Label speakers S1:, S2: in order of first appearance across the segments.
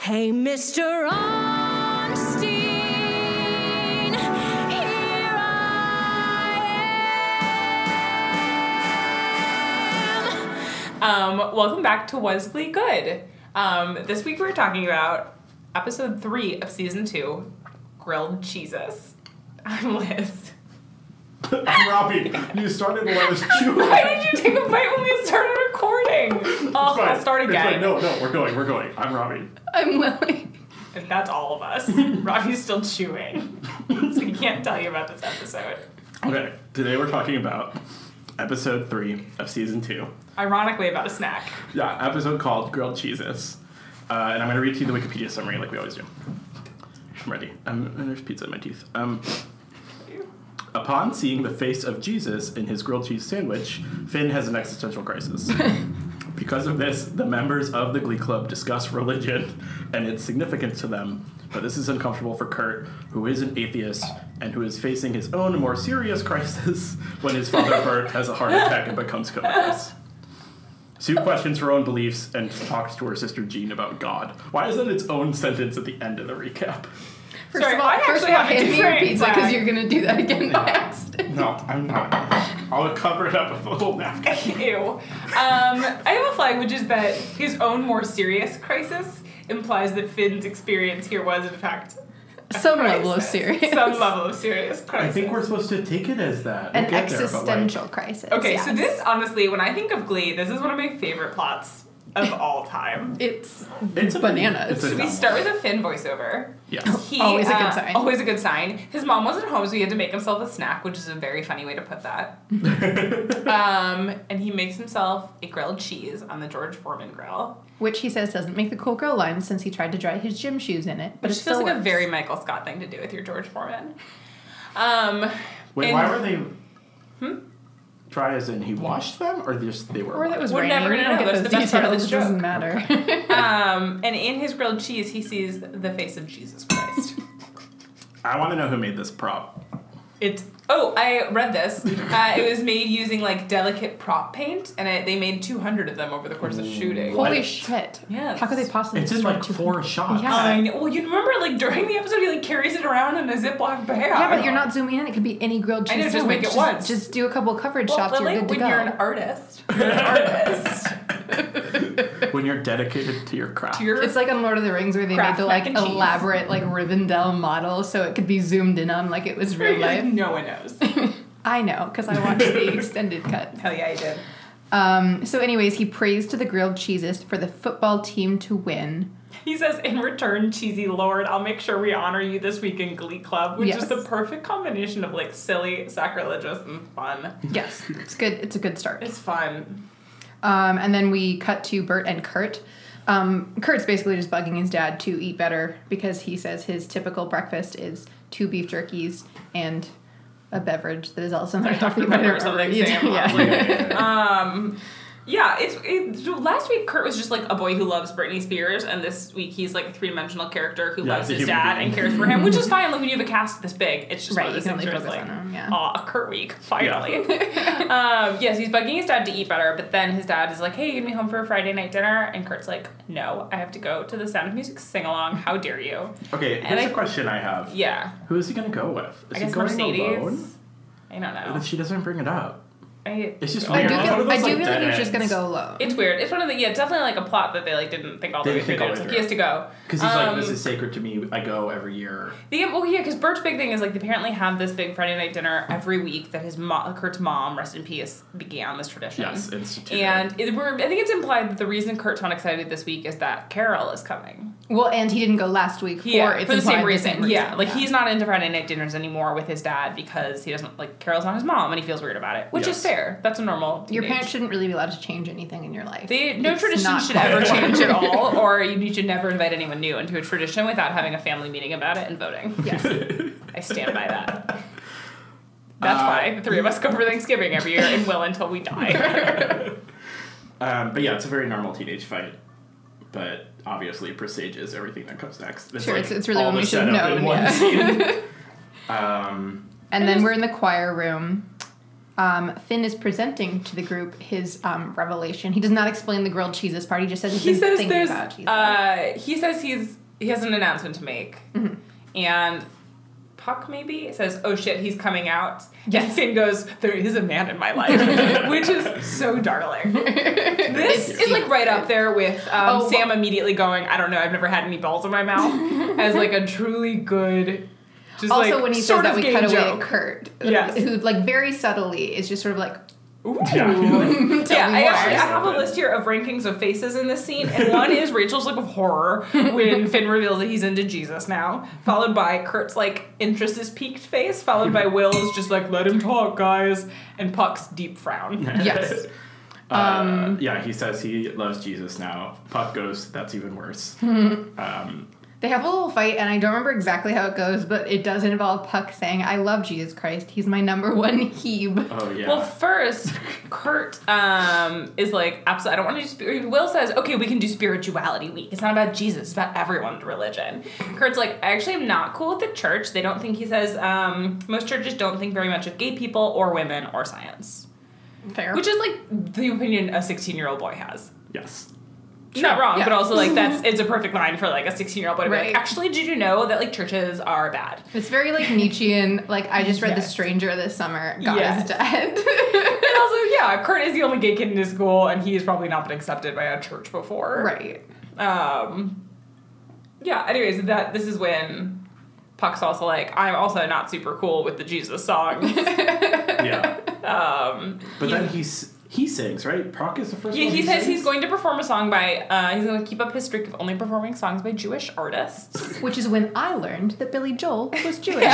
S1: Hey, Mr. Onstein, here I
S2: Um, welcome back to Wesley Good. Um, this week we're talking about episode three of season two, grilled cheeses. I'm Liz.
S3: I'm Robbie. You started while I was chewing.
S2: Why did you take a bite when we started recording? Oh,
S3: It's fine.
S2: I'll start
S3: It's fine.
S2: again.
S3: No, no, we're going, we're going. I'm Robbie.
S4: I'm willing.
S2: If That's all of us. Robbie's still chewing, so he can't tell you about this episode.
S3: Okay, today we're talking about episode three of season two.
S2: Ironically, about a snack.
S3: Yeah, episode called Grilled Cheeses. Uh, and I'm going to read to you the Wikipedia summary like we always do. I'm ready. Um, and there's pizza in my teeth. Um, upon seeing the face of Jesus in his grilled cheese sandwich, Finn has an existential crisis. because of this, the members of the Glee Club discuss religion and its significance to them. But this is uncomfortable for Kurt, who is an atheist and who is facing his own more serious crisis when his father Bert has a heart attack and becomes comatose. Sue questions her own beliefs and talks to her sister Jean about God. Why is that its own sentence at the end of the recap?
S4: First
S2: Sorry,
S4: of all,
S2: I
S4: first
S2: actually
S4: of all,
S2: have a
S4: hand me your
S2: different
S4: pizza because
S2: flag.
S4: you're gonna do that again by accident.
S3: No, I'm not. I'll cover it up with a little napkin.
S2: Ew. Um, I have a flag, which is that his own more serious crisis implies that Finn's experience here was, in fact,
S4: Some level of
S2: crisis.
S4: serious.
S2: Some level of serious crisis.
S3: I think we're supposed to take it as that.
S4: An
S3: We'll get there, but, like,
S4: existential crisis.
S2: Okay,
S4: yes.
S2: so this honestly, when I think of Glee, this is one of my favorite plots of all time.
S4: it's
S3: it's a-
S4: bananas.
S3: It's a
S2: So we
S3: novel.
S2: start with a Finn voiceover.
S3: Yes.
S2: He,
S4: Always a good
S2: uh,
S4: sign.
S2: Always a good sign. His mom wasn't home, so he had to make himself a snack, which is a very funny way to put that. um, and he makes himself a grilled cheese on the George Foreman grill,
S4: which he says doesn't make the cool girl line since he tried to dry his gym shoes in it, but
S2: which
S4: it
S2: feels
S4: still
S2: like a
S4: works.
S2: very Michael Scott thing to do with your George Foreman. Um,
S3: Wait,
S2: and-
S3: why were they.
S2: Hmm?
S3: Try as in he washed them, or just they were.
S4: or that was
S2: We're
S4: raining.
S2: never
S4: we
S2: gonna
S4: don't
S2: know.
S4: get
S2: That's
S4: those
S2: the best part of
S4: details.
S2: this
S4: it doesn't
S2: joke.
S4: matter.
S2: um, and in his grilled cheese, he sees the face of Jesus Christ.
S3: I want to know who made this prop.
S2: It's oh, I read this. Uh, it was made using like delicate prop paint, and I, they made two hundred of them over the course of shooting.
S3: What?
S4: Holy shit!
S2: Yes.
S4: How could they
S2: Oh,
S4: possibly?
S3: It's in
S4: destroy
S3: like
S4: two
S3: four shots.
S4: Yeah.
S2: I know. Well, you remember like during the episode, he like carries it around in a Ziploc bag.
S4: Yeah, but you're not zooming in. It could be any grilled cheese.
S2: I know, just
S4: sandwich.
S2: make it once.
S4: Just do a couple coverage
S2: Well,
S4: shots.
S2: Lily,
S4: you're good to
S2: when
S4: go.
S2: you're an artist, you're an artist.
S3: When you're dedicated to your craft.
S2: You're
S4: It's like on Lord of the Rings where they
S2: Kraft
S4: made the
S2: mac
S4: like
S2: and cheese.
S4: elaborate like Rivendell model so it could be zoomed in on like it was real life.
S2: No one knows.
S4: I know because I watched the extended cut.
S2: Hell yeah, I did.
S4: Um, so, anyways, he prays to the grilled cheeses for the football team to win.
S2: He says, "In return, cheesy lord, I'll make sure we honor you this week in Glee Club," which is
S4: Yes.
S2: the perfect combination of like silly, sacrilegious, and fun.
S4: Yes, it's good. It's a good start.
S2: It's fun.
S4: Um, and then we cut to Bert and Kurt. Um, Kurt's basically just bugging his dad to eat better because he says his typical breakfast is two beef jerkies and a beverage that is also not healthy. but I
S2: remember
S4: don't remember
S2: something
S4: the
S2: saying
S4: detail.
S2: about,
S4: Yeah.
S3: Yeah, yeah, yeah, yeah.
S2: Um, yeah, it's, it's so last week. Kurt was just like a boy who loves Britney Spears, and this week he's like a three dimensional character who
S3: Yeah,
S2: loves
S3: it's a
S2: his
S3: human
S2: dad
S3: being.
S2: and cares for him, which is fine. Like when you have a cast this big, it's just
S4: Right,
S2: One of
S4: you
S2: those
S4: can only
S2: things where
S4: focus
S2: it's like,
S4: on him, yeah.
S2: Aw, Kurt week finally. um, yes, he's bugging his dad to eat better, but then his dad is like, "Hey, you gonna be home for a Friday night dinner?" And Kurt's like, "No, I have to go to the Sound of Music sing along. How dare you?"
S3: okay,
S2: and
S3: here's
S2: I-
S3: a question I have.
S2: Yeah,
S3: Who is he going to go with? Is
S2: I guess
S3: he going
S2: Mercedes.
S3: alone?
S2: I don't know.
S3: But she doesn't bring it up.
S2: I,
S3: It's just
S4: I
S3: weird.
S4: do
S3: It's one of
S4: feel, I do
S3: those,
S4: feel
S3: like,
S4: like
S3: dead
S4: he was just gonna
S3: ends.
S4: go alone.
S2: It's weird. It's one of the yeah, it's definitely like a plot that they like didn't think all the
S3: Mm. They
S2: way
S3: didn't
S2: through.
S3: think all
S2: It's
S3: the
S2: like
S3: way
S2: he has to go
S3: Because he's
S2: Um,
S3: like, this is sacred to me. I go every year.
S2: The, well, yeah, because Bert's big thing is like they apparently have this big Friday night dinner every week that his mom, Kurt's mom, rest in peace, began this tradition.
S3: Yes, instituted.
S2: And it, we're, I think it's implied that the reason Kurt's not excited this week is that Carol is coming.
S4: Well, and he didn't go last week for,
S2: Yeah,
S4: it's
S2: for the same,
S4: implied
S2: reason. Yeah, like he's not into Friday night dinners anymore with his dad because he doesn't like Carol's not his mom and he feels weird about it, which is
S3: Yes.
S2: fair. That's a normal.
S4: your
S2: teenage-
S4: parents shouldn't really be allowed to change anything in your life.
S2: They, no
S4: It's
S2: tradition
S4: not
S2: should ever
S4: fair.
S2: change at all, or you, you should never invite anyone new into a tradition without having a family meeting about it and voting.
S4: Yes.
S2: I stand by that. That's
S3: Uh,
S2: why the three of us go for Thanksgiving every year and will until we die.
S3: Um, but yeah, it's a very normal teenage fight. But obviously presages everything that comes next. It's
S4: Sure,
S3: like
S4: it's- it's really
S3: all
S4: when
S3: the
S4: we should have
S3: setup in
S4: known,
S3: one
S4: yeah.
S3: scene. um,
S4: and then we're in the choir room, um, Finn is presenting to the group his um, revelation. He does not explain the grilled cheeses part. He just says he's
S2: he
S4: been
S2: says
S4: thinking
S2: there's
S4: about cheeses.
S2: uh, he says he's he has an announcement to make
S4: Mm-hmm.
S2: and puck maybe says oh shit he's coming out and
S4: Yes.
S2: finn goes there is a man in my life which is so darling this
S4: It's
S2: is like right up there with um,
S4: Oh,
S2: sam immediately going i don't know i've never had any balls in my mouth as like a truly good just
S4: also,
S2: like,
S4: when he says
S2: sort
S4: that,
S2: of
S4: we
S2: gay
S4: cut away at
S2: joke.
S4: Kurt,
S2: Yes.
S4: who like very subtly is just sort of like,
S2: Ooh.
S3: Yeah.
S2: yeah,
S4: me
S2: I
S4: more.
S2: actually I have a list here of rankings of faces in this scene, and one is Rachel's look of horror when Finn reveals that he's into Jesus now, followed by Kurt's like interest is piqued face, followed by Will's just like let him talk, guys, and Puck's deep frown.
S4: yes. um,
S3: Uh, yeah, he says he loves Jesus now. Puck goes, that's even worse. um,
S4: They have a little fight, and I don't remember exactly how it goes, but it does involve Puck saying, "I love Jesus Christ. He's my number one Hebe."
S3: oh, yeah.
S2: Well, first, Kurt um, is like, absolutely, I don't want to do spirit. Will says, okay, we can do spirituality week. It's not about Jesus, it's about everyone's religion. Kurt's like, I actually am not cool with the church. They don't think, he says, um, most churches don't think very much of gay people or women or science,
S4: Fair.
S2: which is like the opinion a 16 year old boy has.
S3: yes.
S2: Not wrong,
S4: yeah.
S2: but also like that's it's a perfect line for like a 16 year old boy to be
S4: Right.
S2: like, actually, did you know that like churches are bad?
S4: it's very like Nietzschean. Like I just read The
S2: Yes.
S4: Stranger this summer. God
S2: Yes.
S4: is dead.
S2: And also, yeah, Kurt is the only gay kid in his school, and he has probably not been accepted by a church before.
S4: right.
S2: Um, yeah. Anyways, that this is when Puck's also like, I'm also not super cool with the Jesus songs.
S3: Yeah.
S2: um,
S3: But then he's, he sings, right? Puck is the first
S2: he,
S3: one.
S2: he says
S3: sings?
S2: he's going to perform a song by. Uh, he's going to keep up his streak of only performing songs by Jewish artists.
S4: Which is when I learned that Billy Joel was Jewish.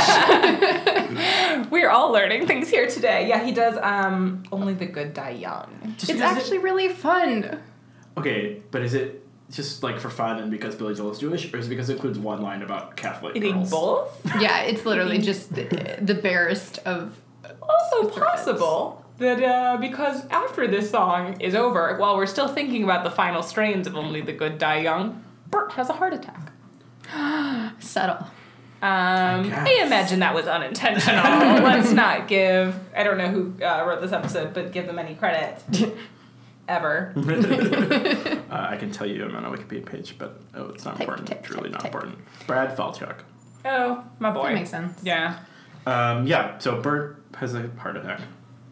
S2: We're all learning things here today. Yeah, he does. Um, only the good die young.
S3: Just
S4: It's
S3: because it-
S4: actually really fun.
S3: Okay, but is it just like for fun and because Billy Joel is Jewish, or is it because it includes one line about Catholic
S2: Eating
S3: girls?
S2: both.
S4: Yeah, it's literally just the, the barest of.
S2: Also
S4: With their heads.
S2: possible that uh, because after this song is over, while we're still thinking about the final strains of Only the Good Die Young, Bert has a heart attack.
S4: Subtle.
S2: Um,
S3: I
S2: I
S3: guess.
S2: imagine that was unintentional. Let's not give, I don't know who uh, wrote this episode, but give them any credit. Ever.
S3: uh, I can tell you I'm on a Wikipedia page, but oh, it's not
S4: Type,
S3: important.
S4: type,
S3: it's really
S4: type,
S3: not
S4: type.
S3: important. Brad Falchuk.
S2: Oh, my boy.
S4: That makes sense.
S2: Yeah.
S3: Um, yeah, so Bert has a heart attack.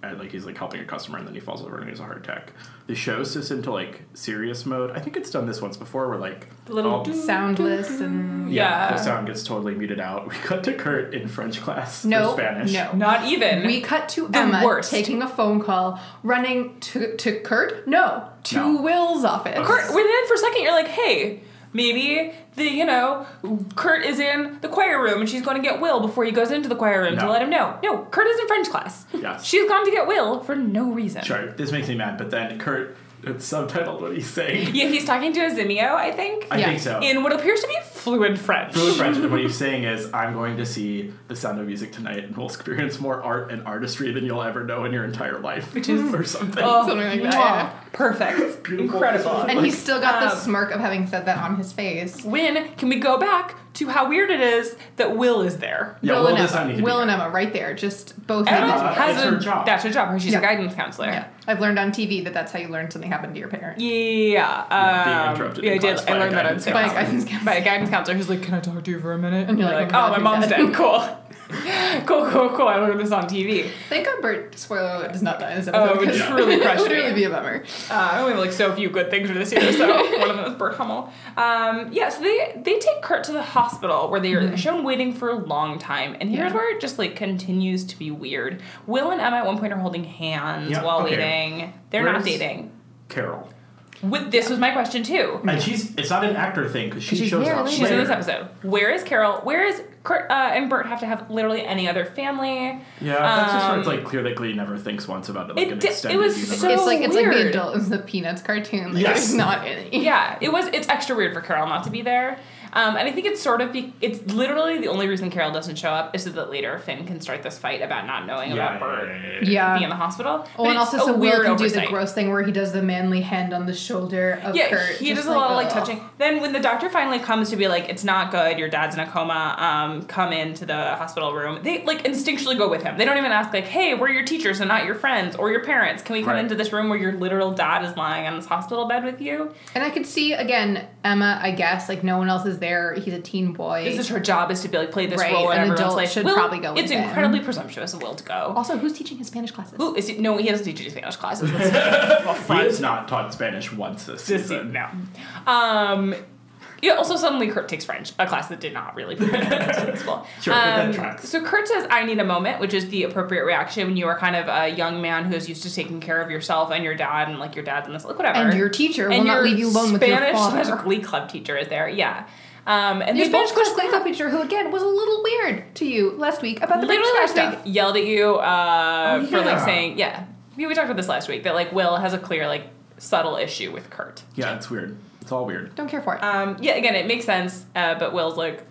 S3: And, like he's like helping a customer and then he falls over and he has a heart attack. The show shifts into like serious mode. I think it's done this once before where like
S2: The little
S3: all-
S2: doo-
S4: Soundless and.
S3: yeah,
S2: Yeah.
S3: the sound gets totally muted out. We cut to Kurt in French class
S4: No,
S3: or Spanish.
S4: no.
S2: Not even.
S4: We cut to
S2: The
S4: Emma
S2: worst.
S4: taking a phone call, running to, to Kurt? No, to
S3: No.
S4: Will's office.
S2: Kurt, well, then for a second you're like, hey, maybe the, you know, Kurt is in the choir room and she's going to get Will before he goes into the choir room to
S3: No.
S2: let him know. No, Kurt is in French class.
S3: Yes.
S2: She's gone to get Will for no reason.
S3: Sure, this makes me mad, but then Kurt it's subtitled what he's saying.
S2: Yeah, he's talking to a Zimio, I think,
S3: I
S4: Yeah.
S3: think so.
S2: in what appears to be fluent French.
S3: Fluent French, and what he's saying is, I'm going to see The Sound of Music tonight, and we'll experience more art and artistry than you'll ever know in your entire life, which is or something.
S2: Oh,
S4: Something like that,
S2: mwah.
S4: yeah.
S2: Perfect.
S3: Beautiful.
S2: Incredible.
S4: And he's still got the
S2: Um,
S4: smirk of having said that on his face.
S2: when can we go back to how weird it is that Will is there?
S3: yeah,
S4: Will,
S3: Will
S4: and
S3: does not need
S4: Emma.
S3: to
S4: Will
S3: be
S4: and
S3: there.
S4: Emma, right there. Just both
S2: Emma
S4: Emma's.
S3: Uh,
S2: has
S3: it's
S2: a
S3: her job.
S2: that's her job. Her she's
S4: Yeah.
S2: a guidance counselor.
S4: Yeah. I've learned on TV that that's how you learn something happened to your parent.
S2: Yeah.
S3: Yeah,
S2: Um,
S3: being interrupted
S2: yeah,
S3: in
S2: I did.
S3: class by
S2: I
S3: a
S2: learned that on
S3: guidance
S2: TikTok.
S4: By a guidance counselor.
S2: By a guidance counselor who's like, "Can I talk to you for a minute?" And
S4: you're
S2: you're like,
S4: like,
S2: "Oh,
S4: "Oh
S2: my
S4: my
S2: mom's
S4: God,
S2: dead. Cool, cool, cool, cool. I learned this on TV.
S4: Thank God Bert, spoiler alert, does not die in this
S2: Oh,
S4: episode.
S2: it would
S4: 'cause
S2: truly
S4: it
S2: crush
S4: would
S2: me.
S4: really be a bummer.
S2: Uh, I only have like so few good things for this year, so one of them is Bert Hummel. Um, yeah, so they they take Kurt to the hospital where they are shown waiting for a long time, and here's
S4: Yeah.
S2: where it just like continues to be weird. Will and Emma at one point are holding hands
S3: Yeah,
S2: while
S3: okay.
S2: waiting. They're not
S3: Where's-
S2: dating.
S3: Carol.
S2: With this was my question too.
S3: And she's, it's not an actor thing, because she
S4: She's
S3: shows
S4: there
S3: up.
S4: later.
S2: She's in this episode. Where is Carol? Where is Kurt uh, and Bert have to have literally any other family?
S3: Yeah, that's just where it's
S2: Um,
S3: like clear that Glee never thinks once about it, like
S2: It
S3: an
S2: di- it
S3: extended
S2: was
S3: universe.
S2: so-
S4: it's like it's like
S2: weird.
S4: the adult is the Peanuts cartoon. Like,
S3: Yes.
S4: There's not any.
S2: yeah, it was. It's extra weird for Carol not to be there, um, and I think it's sort of. Be, it's literally the only reason Carol doesn't show up is so that later Finn can start this fight about not knowing
S3: yeah,
S2: about Bert
S4: Yeah.
S2: being in the hospital.
S4: Oh,
S2: But
S4: and
S2: it's
S4: also,
S2: a
S4: so Will
S2: weird
S4: can do
S2: oversight.
S4: the gross thing where he does the manly hand on the shoulder of
S2: Yeah,
S4: Kurt.
S2: he
S4: just
S2: does a lot of like
S4: ugh.
S2: touching. Then when the doctor finally comes to be like, "It's not good. Your dad's in a coma. Um, um, come into the hospital room. They like instinctually go with him. They don't even ask like, "Hey, we're your teachers and not your friends or your parents. Can we come
S3: Right.
S2: into this room where your literal dad is lying on this hospital bed with you?"
S4: And I could see again Emma. I guess like no one else is there. He's a teen boy.
S2: This is her job is to be like play this
S4: Right,
S2: role, and
S4: an
S2: everyone's
S4: adult
S2: like,
S4: should
S2: "Will,
S4: probably go with
S2: It's
S4: them."
S2: incredibly presumptuous of Will to go.
S4: also, who's teaching his Spanish classes?
S2: Who is he? No, he doesn't teach you Spanish classes. That's
S3: He has not taught Spanish once this
S2: this
S3: season.
S2: no. Um, yeah. Also, suddenly Kurt takes French, a class that did not really prepare him for this school.
S3: Sure, that
S2: Um,
S3: tracks.
S2: so Kurt says, "I need a moment," which is the appropriate reaction when you are kind of a young man who is used to taking care of yourself and your dad, and like your dad's in this, like whatever,
S4: and your teacher will
S2: And
S4: not
S2: your
S4: leave you alone with your
S2: Spanish
S4: father.
S2: slash Glee Club teacher is there, yeah. Um, and
S4: Your
S2: they both
S4: Spanish class cleanup teacher, who again was a little weird to you last week about the big
S2: literally
S4: star
S2: last
S4: stuff.
S2: week yelled at you uh,
S3: Oh,
S2: for like
S3: yeah.
S2: saying yeah we, we talked about this last week that like will has a clear like subtle issue with kurt
S3: Yeah, it's weird. It's all weird.
S4: Don't care for it.
S2: um, yeah again it makes sense uh, but will's like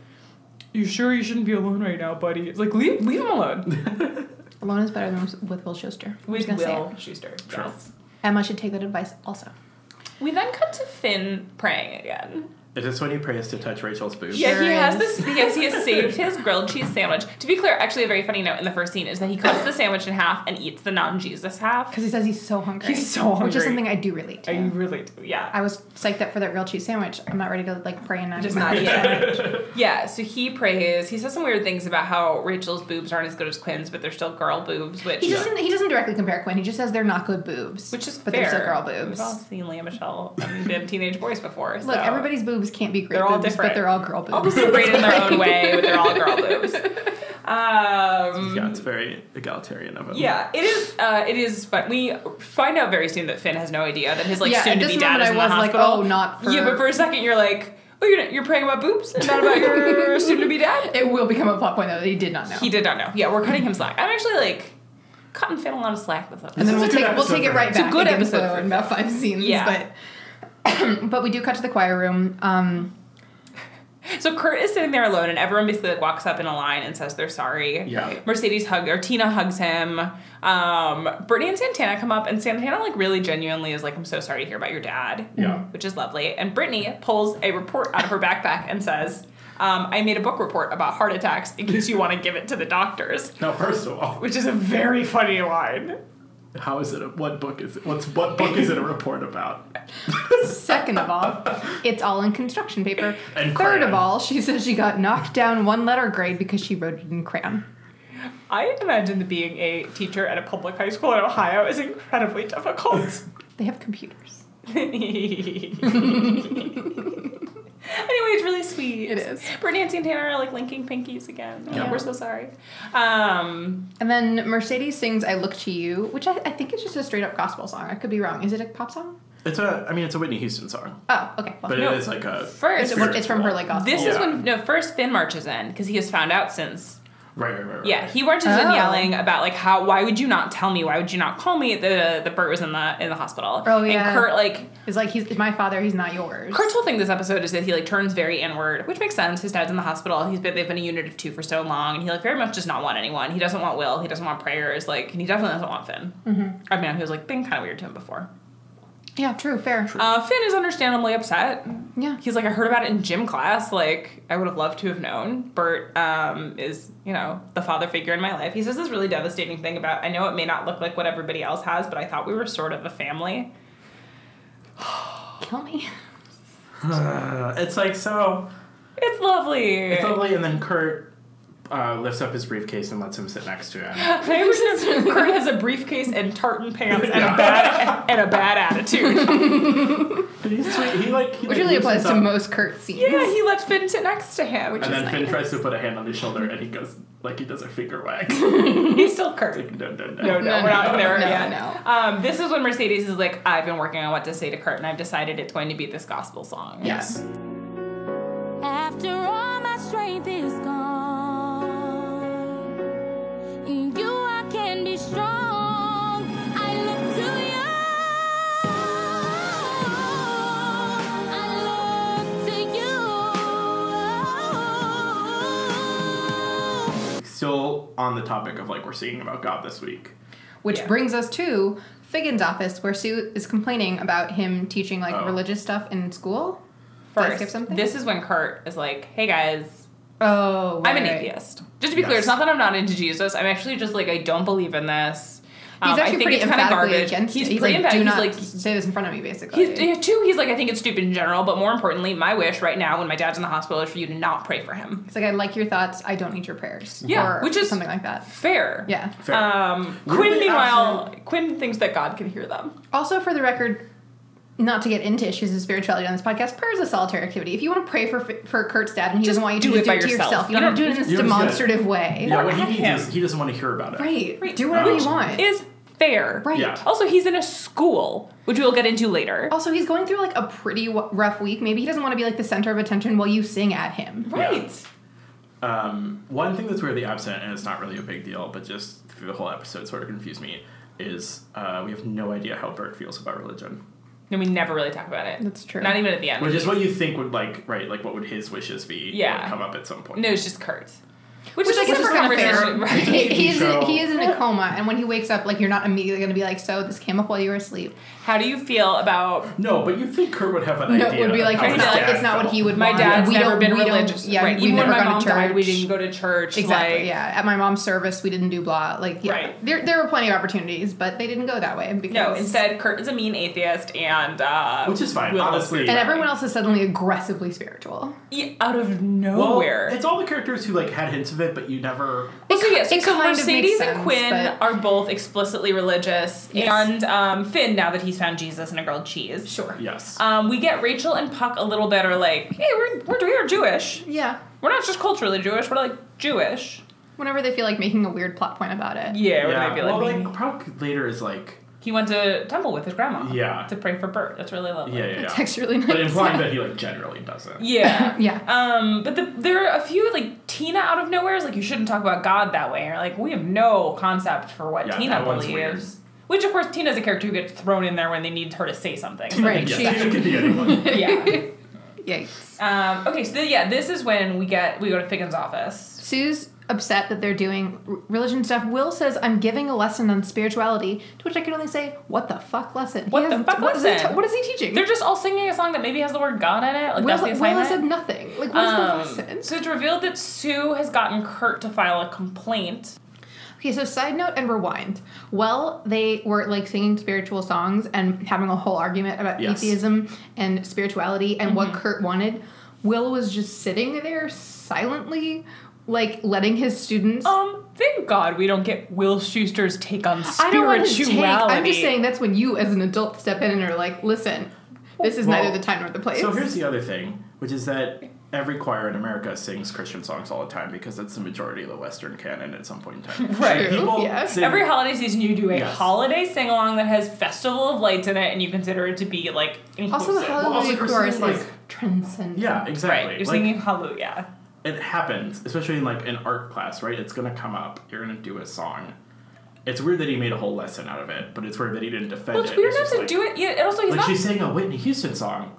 S2: you sure you shouldn't be alone right now buddy it's like leave, leave him alone
S4: Alone is better than with Will Schuster. I'm
S2: with
S4: just gonna say
S2: will
S4: it.
S2: schuster
S3: Sure.
S2: yes.
S4: Emma should take that advice also.
S2: we then cut to finn praying again
S3: Is this when he prays to touch Rachel's boobs?
S2: Yeah,
S4: Sure
S2: he has
S4: is.
S2: this. Yes, he has saved his grilled cheese sandwich. To be clear, actually, a very funny note in the first scene is that he cuts the sandwich in half and eats the non-Jesus half.
S4: Because he says he's so hungry.
S2: He's so
S4: Which is
S2: hungry.
S4: something I do relate to.
S2: I really do. Yeah.
S4: I was psyched up for that real cheese sandwich. I'm not ready to like pray and not
S2: Just
S4: eat my
S2: not
S4: cheese
S2: yet.
S4: sandwich.
S2: Yeah, so he prays. He says some weird things about how Rachel's boobs aren't as good as Quinn's, but they're still girl boobs, which
S4: He doesn't. He doesn't directly compare Quinn. He just says they're not good boobs,
S2: which is
S4: but
S2: fair.
S4: they're still girl
S2: We've
S4: boobs.
S2: all seen Leah Michelle and been teenage boys before.
S4: Look,
S2: so.
S4: everybody's boobs can't be great
S2: They're all
S4: boobs,
S2: different.
S4: but they're all girl boobs.
S2: obviously great in their own way, but they're all girl boobs. Um,
S3: Yeah, it's very egalitarian of him.
S2: Yeah, it is. Uh, it is. But we find out very soon that Finn has no idea that his like
S4: Yeah, at
S2: soon-to-be
S4: this
S2: dad
S4: moment
S2: is
S4: I
S2: in
S4: was
S2: the
S4: like,
S2: hospital.
S4: oh, not for-
S2: Yeah, but for a second you're like, oh, you're, you're praying about boobs and not about your soon-to-be dad.
S4: It will become a plot point though that he did not know.
S2: He did not know. Yeah, we're cutting him slack. I'm actually like cutting Finn a lot of slack with
S4: and
S2: this.
S4: then
S3: This
S4: we'll
S3: is a good
S4: take we'll
S3: episode
S4: take it
S3: for
S4: right
S3: him.
S4: back.
S2: a good
S4: against
S2: episode
S4: Willow
S2: for
S4: in about five scenes.
S2: Yeah.
S4: But but we do cut to the choir room. Um,
S2: So Kurt is sitting there alone, and everyone basically like walks up in a line and says they're sorry.
S3: Yeah.
S2: Mercedes hug or Tina hugs him. Um, Brittany and Santana come up, and Santana like really genuinely is like, "I'm so sorry to hear about your dad."
S3: Yeah.
S2: which is lovely. And Brittany pulls a report out of her backpack and says, um, I made a book report about heart attacks in case you want to give it to the doctors,
S3: Now, first of all,
S2: which is a very funny line.
S3: how is it? A, what book is it? What's what book is it a report about?
S4: second of all, it's all in construction paper.
S3: And
S4: Third
S3: crayon.
S4: of all, she says she got knocked down one letter grade because she wrote it in crayon.
S2: I imagine that being a teacher at a public high school in Ohio is incredibly difficult.
S4: They have computers.
S2: anyway, it's really sweet.
S4: It is.
S2: Brittany and Santana are like linking pinkies again. Oh,
S4: Yeah.
S2: We're so sorry. Um,
S4: And then Mercedes sings "I Look to You," which I, I think is just a straight up gospel song. I could be wrong. Is it a pop song?
S3: It's a. I mean, it's a Whitney Houston song,
S4: Oh, okay. Well,
S3: but
S2: No.
S3: it is like a
S2: first,
S4: it's, it's from her like gospel.
S2: This is
S3: Yeah.
S2: when no first Finn marches in because he has found out since
S3: right, right, right. right.
S2: yeah he marches in
S4: Oh.
S2: yelling about like how why would you not tell me why would you not call me the the Bert was in the in the hospital
S4: Oh, yeah.
S2: and Kurt like
S4: It's like he's my father. He's not yours.
S2: Kurt's whole thing this episode is that he like turns very inward which makes sense his dad's in the hospital he's been they've been a unit of two for so long and he like very much does not want anyone he doesn't want Will he doesn't want prayers like and he definitely doesn't want Finn mm-hmm. a man who's like been kind of weird to him before
S4: Yeah, true, fair. Um,
S2: uh, Finn is understandably upset
S4: Yeah.
S2: He's like, I heard about it in gym class. Like, I would have loved to have known. Bert um, is, you know, the father figure in my life. He says this really devastating thing about, I know it may not look like what everybody else has, but I thought we were sort of a family.
S4: Kill me.
S3: Uh, it's like so.
S2: It's lovely.
S3: It's lovely, and then Kurt uh, lifts up his briefcase and lets him sit next to him.
S2: I imagine Kurt has a briefcase and tartan pants and,
S3: Yeah.
S2: a, bad, and a bad attitude.
S3: But he's sweet. He like he
S4: Which
S3: like,
S4: really
S3: lifts
S4: applies to
S3: himself,
S4: most Kurt scenes.
S2: yeah, he lets Finn sit next to him, which
S3: And
S2: is
S3: then Finn
S2: nice.
S3: tries to put a hand on his shoulder, and he goes like he does a finger wag.
S2: He's still Kurt.
S3: like, no, no, no.
S2: No, no,
S4: No,
S2: we're not
S4: no,
S2: there
S4: no,
S2: yet.
S4: no.
S2: Um, this is when Mercedes is like, I've been working on what to say to Kurt, and I've decided it's going to be this gospel song.
S4: Yes.
S1: After all my strength is gone, in you I can be strong. I look to you. I look to you.
S3: Still on the topic of like we're singing about God this week.
S4: Which
S2: Yeah.
S4: brings us to Figgins' office, where Sue is complaining about him teaching like
S3: Oh.
S4: religious stuff in school. Did I
S2: First,
S4: skip something?
S2: this is when Kurt is like, "Hey guys,
S4: Oh,
S2: I'm an
S4: right.
S2: atheist. Just to be clear,
S3: Yes.
S2: it's not that I'm not into Jesus. I'm actually just like I don't believe in this.
S4: He's
S2: Um, I
S4: actually
S2: think
S4: pretty
S2: it's kinda
S4: emphatically
S2: garbage.
S4: against
S2: he's
S4: it. He's
S2: pretty
S4: like, do
S2: emphatic.
S4: not
S2: he's like
S4: say this in front of me, basically.
S2: He's, yeah, two, he's like, I think it's stupid in general, but more importantly, my wish right now when my dad's in the hospital is for you to not pray for him.
S4: it's like, I like your thoughts, I don't need your prayers.
S2: Yeah,
S4: or
S2: which is-
S4: something like that.
S2: Fair.
S4: Yeah.
S3: Fair.
S2: Um,
S3: Really
S2: Quinn, meanwhile, Quinn thinks that God can hear them.
S4: Also, for the record, not to get into issues of spirituality on this podcast, prayer is a solitary activity. If you want to pray for for Kurt's dad and he doesn't want you to
S2: do
S4: just
S2: it by
S4: do it to
S2: yourself.
S4: yourself, you
S2: You
S4: don't
S2: don't-
S4: do it in this
S3: you don't do it.
S4: demonstrative way.
S3: Yeah, what
S2: at
S3: he
S2: him.
S3: needs is he doesn't want to hear about it.
S4: Right. Do whatever
S2: Which
S4: you want.
S2: Is fair.
S4: Right.
S3: Yeah.
S2: Also, he's in a school, which we'll get into later.
S4: also, he's going through like a pretty w- rough week. Maybe he doesn't want to be like the center of attention while you sing at him.
S2: Right.
S3: Um, one thing that's weirdly absent, and it's not really a big deal, but just through the whole episode sort of confused me, is uh, we have no idea how Bert feels about religion.
S2: And we never really talk about it.
S4: That's true.
S2: Not even at the end.
S3: Which is what you think would like, right? Like, what would his wishes be?
S2: Yeah.
S3: Would come up at some point.
S2: No, it's just Kurt. Which,
S4: Which
S2: is
S4: I guess
S2: a
S4: is
S2: separate
S4: kind of fair.
S2: conversation. Right.
S4: He,
S3: TV
S4: he's in-
S3: show.
S4: he is in a coma, and when he wakes up, like you're not immediately going to be like, "So this came up while you were asleep."
S2: How do you feel about
S3: No, but you think Kurt would have an
S4: No, it
S3: idea?
S4: would be
S3: of
S4: like
S3: how
S4: it's
S3: his
S4: not, like,
S3: dad
S4: it's not what
S3: felt.
S4: he would
S2: my
S4: want.
S2: dad's
S4: we
S2: never
S4: don't,
S2: been
S4: we don't-
S2: religious?
S4: Yeah,
S2: right.
S4: we've
S2: Even when
S4: never
S2: my
S4: gone
S2: mom
S4: to church.
S2: died, we didn't go to church.
S4: Exactly.
S2: Like,
S4: yeah. At my mom's service, we didn't do blah. Like, yeah.
S2: Right.
S4: There, there were plenty of opportunities, but they didn't go that way because
S2: No, instead, Kurt is a mean atheist, and uh,
S3: Which is fine,
S2: Will
S3: honestly.
S4: and everyone else is suddenly aggressively spiritual.
S2: Yeah, out of
S3: Well,
S2: nowhere.
S3: it's all the characters who like had hints of it, but you never.
S2: Also,
S4: ki-
S2: yes, so
S4: kind of makes
S2: Mercedes
S4: sense,
S2: and Quinn
S4: but-
S2: are both explicitly religious,
S4: Yes.
S2: and um, Finn, now that he's found Jesus and a grilled cheese.
S4: Sure.
S3: Yes.
S2: Um, we get Rachel and Puck a little bit are like, hey, we're, we're, we're Jewish.
S4: Yeah.
S2: We're not just culturally Jewish, we're like Jewish.
S4: Whenever they feel like making a weird plot point about it.
S2: Yeah,
S3: yeah.
S2: yeah. Might be like,
S3: well,
S2: maybe-
S3: like probably later is like
S2: he went to temple with his grandma.
S3: Yeah.
S2: To pray for Bert. That's really lovely.
S3: yeah, yeah,
S4: It's
S3: yeah.
S4: actually nice.
S3: But implying that he like generally doesn't.
S2: Yeah.
S4: Yeah.
S2: Um, but the, there are a few like Tina out of nowhere is like you shouldn't talk about God that way. Or like we have no concept for what
S3: Yeah,
S2: Tina
S3: that one's weird.
S2: believes. Which of course Tina's a character who gets thrown in there when they need her to say something. So,
S4: Right.
S3: Yes,
S4: She-
S3: it could be anyone.
S2: yeah.
S4: Yikes.
S2: Um, okay, so yeah, this is when we get we go to Figgins' office.
S4: Sue's upset that they're doing r- religion stuff. Will says, "I'm giving a lesson on spirituality," to which I can only say, "What the fuck lesson? He
S2: What the
S4: hasn't-
S2: fuck
S4: what is he
S2: lesson?
S4: ta- what is he teaching?
S2: They're just all singing a song that maybe has the word God in it. Like
S4: Will,
S2: that's the
S4: Will
S2: assignment.
S4: has said nothing. Like, what is the
S2: Um,
S4: lesson?
S2: so it's revealed that Sue has gotten Kurt to file a complaint.
S4: Okay, so side note and rewind. Well, they were like singing spiritual songs and having a whole argument about
S3: Yes.
S4: atheism and spirituality and
S2: Mm-hmm.
S4: what Kurt wanted. Will was just sitting there silently, like letting his students.
S2: Um, thank God we don't get Will Schuster's take on
S4: I
S2: spirituality.
S4: don't want his take. I'm just saying that's when you, as an adult, step in and are like, "Listen, this is
S3: Well,
S4: neither the time nor the place."
S3: So here's the other thing, which is that every choir in America sings Christian songs all the time because that's the majority of the Western canon at some point in time.
S2: Right.
S4: True,
S3: People
S4: yeah.
S3: sing-
S2: Every holiday season, you do a
S3: Yes.
S2: holiday sing along that has Festival of Lights in it, and you consider it to be like inclusive.
S4: also, the
S3: Well, also
S4: Hallelujah
S3: Chris
S4: chorus
S3: is, like-
S4: is transcendent.
S3: Yeah,
S2: right?
S3: exactly.
S2: You're
S3: like,
S2: singing Hallelujah.
S3: it happens, especially in like an art class, right? It's gonna come up. You're gonna do a song. It's weird that he made a whole lesson out of it, but it's weird that he didn't defend
S2: Well, it's
S3: it.
S2: weird
S3: it's
S2: not
S3: just
S2: to
S3: like,
S2: do it. Yeah, and also he's
S3: Like
S2: not.
S3: she sang a Whitney Houston song.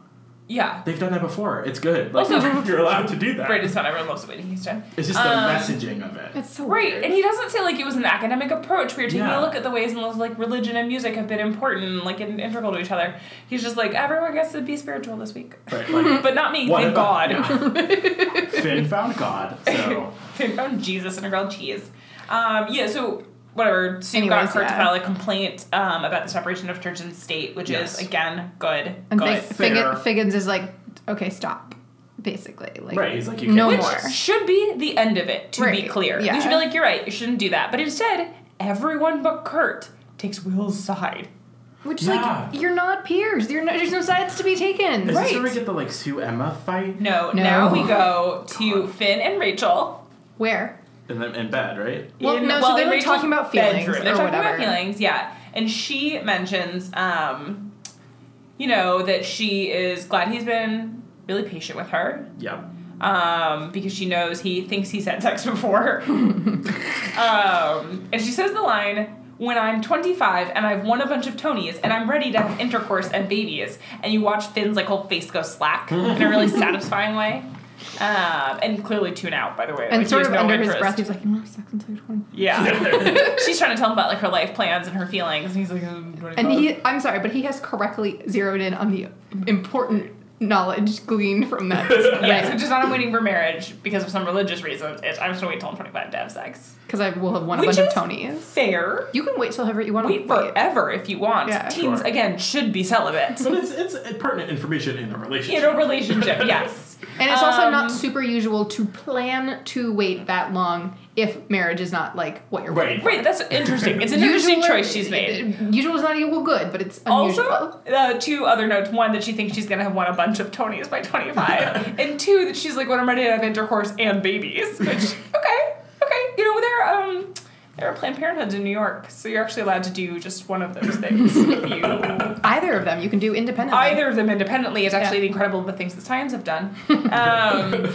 S2: yeah,
S3: They've done that before. It's good. Like
S2: Also-
S3: you're allowed to do that.
S2: right. It's not everyone loves Whitney Houston.
S3: It's just the
S2: Um,
S3: messaging of it.
S4: it's so
S2: Right,
S4: weird.
S2: and he doesn't say like it was an academic approach. We are taking a
S3: Yeah.
S2: look at the ways in which like religion and music have been important, like and integral to each other. He's just like everyone gets to be spiritual this week,
S3: Right, like,
S2: but not me.
S3: what
S2: Thank
S3: about-
S2: God.
S3: yeah. Finn found God, so
S2: they found Jesus in a grilled cheese. Um, yeah, so whatever. Sue got
S4: Anyways,
S2: Kurt to
S4: yeah.
S2: file a complaint um, about the separation of church and state, which
S3: Yes.
S2: is again good.
S4: And
S2: good.
S4: Fig- Figgin-
S3: fair.
S4: Figgins is like, "Okay, stop," basically. Like,
S3: right. He's like you.
S4: No
S3: can't
S2: which
S3: do
S4: more.
S3: this.
S2: should be the end of it, to be
S4: Right,
S2: clear.
S4: yeah.
S2: You should be like, you're right, you shouldn't do that. But instead, everyone but Kurt takes Will's side.
S4: Which
S3: Yeah.
S4: like you're not peers. You're no, there's no sides to be taken.
S3: Is this where we
S2: Right.
S3: get the like Sue Emma fight
S2: No,
S4: No.
S2: now we go to Finn and Rachel.
S4: Where?
S3: in, the, in bed, right?
S4: Well,
S2: in,
S4: no, so
S2: well,
S4: they
S2: in
S4: were
S2: Rachel's
S4: talking about feelings
S2: bedroom.
S4: or
S2: They're talking
S4: whatever.
S2: about feelings, yeah. And she mentions, um, you know, that she is glad he's been really patient with her
S3: Yeah.
S2: um, because she knows he thinks he's had sex before. um, and she says the line, when I'm 25 and I've won a bunch of Tonys and I'm ready to have intercourse and babies, and you watch Finn's like whole face go slack in a really satisfying way, um, and clearly tune out by the way.
S4: And
S2: like,
S4: sort
S2: he
S4: of
S2: has no
S4: under
S2: interest.
S4: his breath, he's like, "You don't have sex until you're 20."
S2: Yeah, she's trying to tell him about like her life plans and her feelings, and he's like, "Um, 25."
S3: Mm-hmm.
S4: And he, I'm sorry, but he has correctly zeroed in on the important knowledge gleaned from that. Because
S2: Yeah, so just not I'm waiting for marriage because of some religious reasons. It's, I'm just gonna wait till I'm 25 to have sex.
S4: I will have won a bunch
S2: Which
S4: of
S2: is-
S4: Tonys.
S2: Fair.
S4: You can wait till however you want
S2: Wait e-
S4: to wait.
S2: forever if you want.
S4: Yeah.
S2: Teens
S3: Sure.
S2: again should be celibate
S3: But it's it's pertinent information in a relationship.
S2: in a relationship. Yes.
S4: And it's also
S2: Um,
S4: not super usual to plan to wait that long if marriage is not like what you're uh,
S3: Right.
S2: Right, that's interesting. It's an interesting choice she's made.
S4: Usual is not equal good, but it's
S2: Also,
S4: unusual.
S2: uh, two other notes. One, that she thinks she's going to have won a bunch of Tonys by 25. and two, that she's like, when I'm ready to have intercourse and babies. Which, okay, okay. You know, there, um, there are Planned Parenthoods in New York, so you're actually allowed to do just one of those things. if you,
S4: Either of them you can do independently.
S2: either of them independently is actually
S4: Yeah.
S2: the incredible the things the science have done. Um,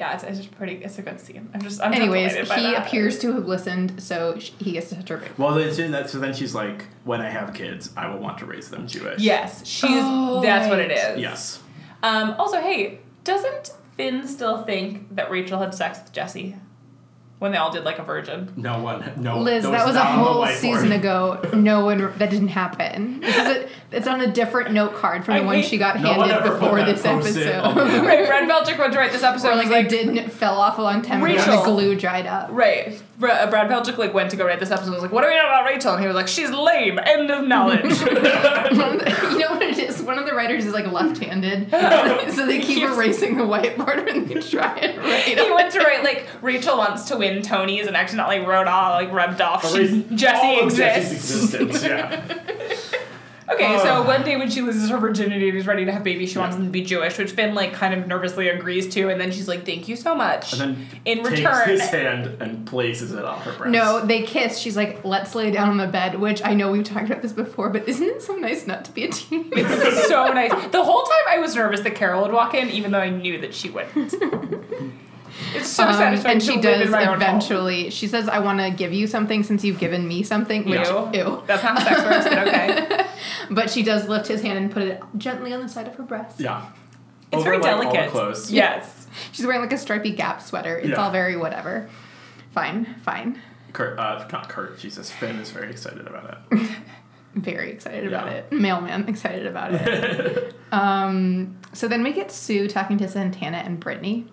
S2: yeah, it's, it's just pretty, it's a good scene. I'm just, I'm
S4: Anyways,
S2: titillated by
S4: he
S2: that.
S4: appears to have listened, so sh- he gets to touch her baby.
S3: Well, then, so that- so then she's like, when I have kids, I will want to raise them Jewish.
S2: Yes, she's,
S4: Oh,
S2: that's what
S4: right.
S2: it is.
S3: Yes.
S2: Um, also, hey, doesn't Finn still think that Rachel had sex with Jesse when they all did like a virgin?
S3: No one. No.
S4: Liz, that was a
S3: not on the
S4: whole
S3: whiteboard.
S4: season ago. No one that didn't happen. This is a, it's on a different note card from
S2: I
S4: the one
S2: hate-
S4: she got
S3: No one
S4: handed
S3: ever put
S4: before
S3: that
S4: this
S3: post in on
S4: episode.
S3: the-
S2: right, Red Belchick went to write this episode.
S4: Or
S2: Like,
S4: like,
S2: like
S4: they didn't it fell off a long time ago.
S2: Rachel.
S4: and The glue dried up.
S2: right, Br- uh, Brad Belchick like went to go write this episode. and Was like, what do we know about Rachel? And he was like, she's lame. End of knowledge.
S4: One of the- you know what it is? One of the writers is like left-handed, so they keep
S2: Yes.
S4: erasing the whiteboard when they try and write.
S2: he
S4: on
S2: went to
S4: it.
S2: write like Rachel wants to win Tony's and accidentally wrote off like rubbed off.
S3: Erase
S2: She, Jesse
S3: all of
S2: exists.
S3: Jesse's existence. Yeah.
S2: Okay,
S3: Oh.
S2: so one day when she loses her virginity and is ready to have babies, she wants them to be Jewish, which Finn like kind of nervously agrees to, and then she's like, "Thank you so much."
S3: And then
S2: in
S3: takes
S2: return,
S3: his hand and places it on her breast.
S4: No, they kiss. She's like, "Let's lay down on the bed," which I know we've talked about this before, but isn't it so nice not to be a teenager?
S2: it's so nice. The whole time I was nervous that Carol would walk in, even though I knew that she wouldn't. It's so
S4: Um,
S2: satisfying.
S4: and
S2: to
S4: she
S2: live
S4: does
S2: in my own home.
S4: eventually. She says, "I want to give you something since you've given me something." Which,
S2: Ew.
S4: ew.
S2: That's not how sex works, but okay.
S4: But she does lift his hand and put it gently on the side of her breast.
S3: Yeah.
S2: It's
S3: Over,
S2: very
S3: like, all the
S2: delicate.
S3: clothes.
S2: Yes.
S4: She's wearing like a stripy Gap sweater. It's
S3: Yeah.
S4: all very whatever. Fine, fine.
S3: Kurt, uh, not Kurt. Jesus, Finn is very excited about it.
S4: Very excited about
S3: Yeah.
S4: it. Mailman excited about it. um, so then we get Sue talking to Santana and Brittany.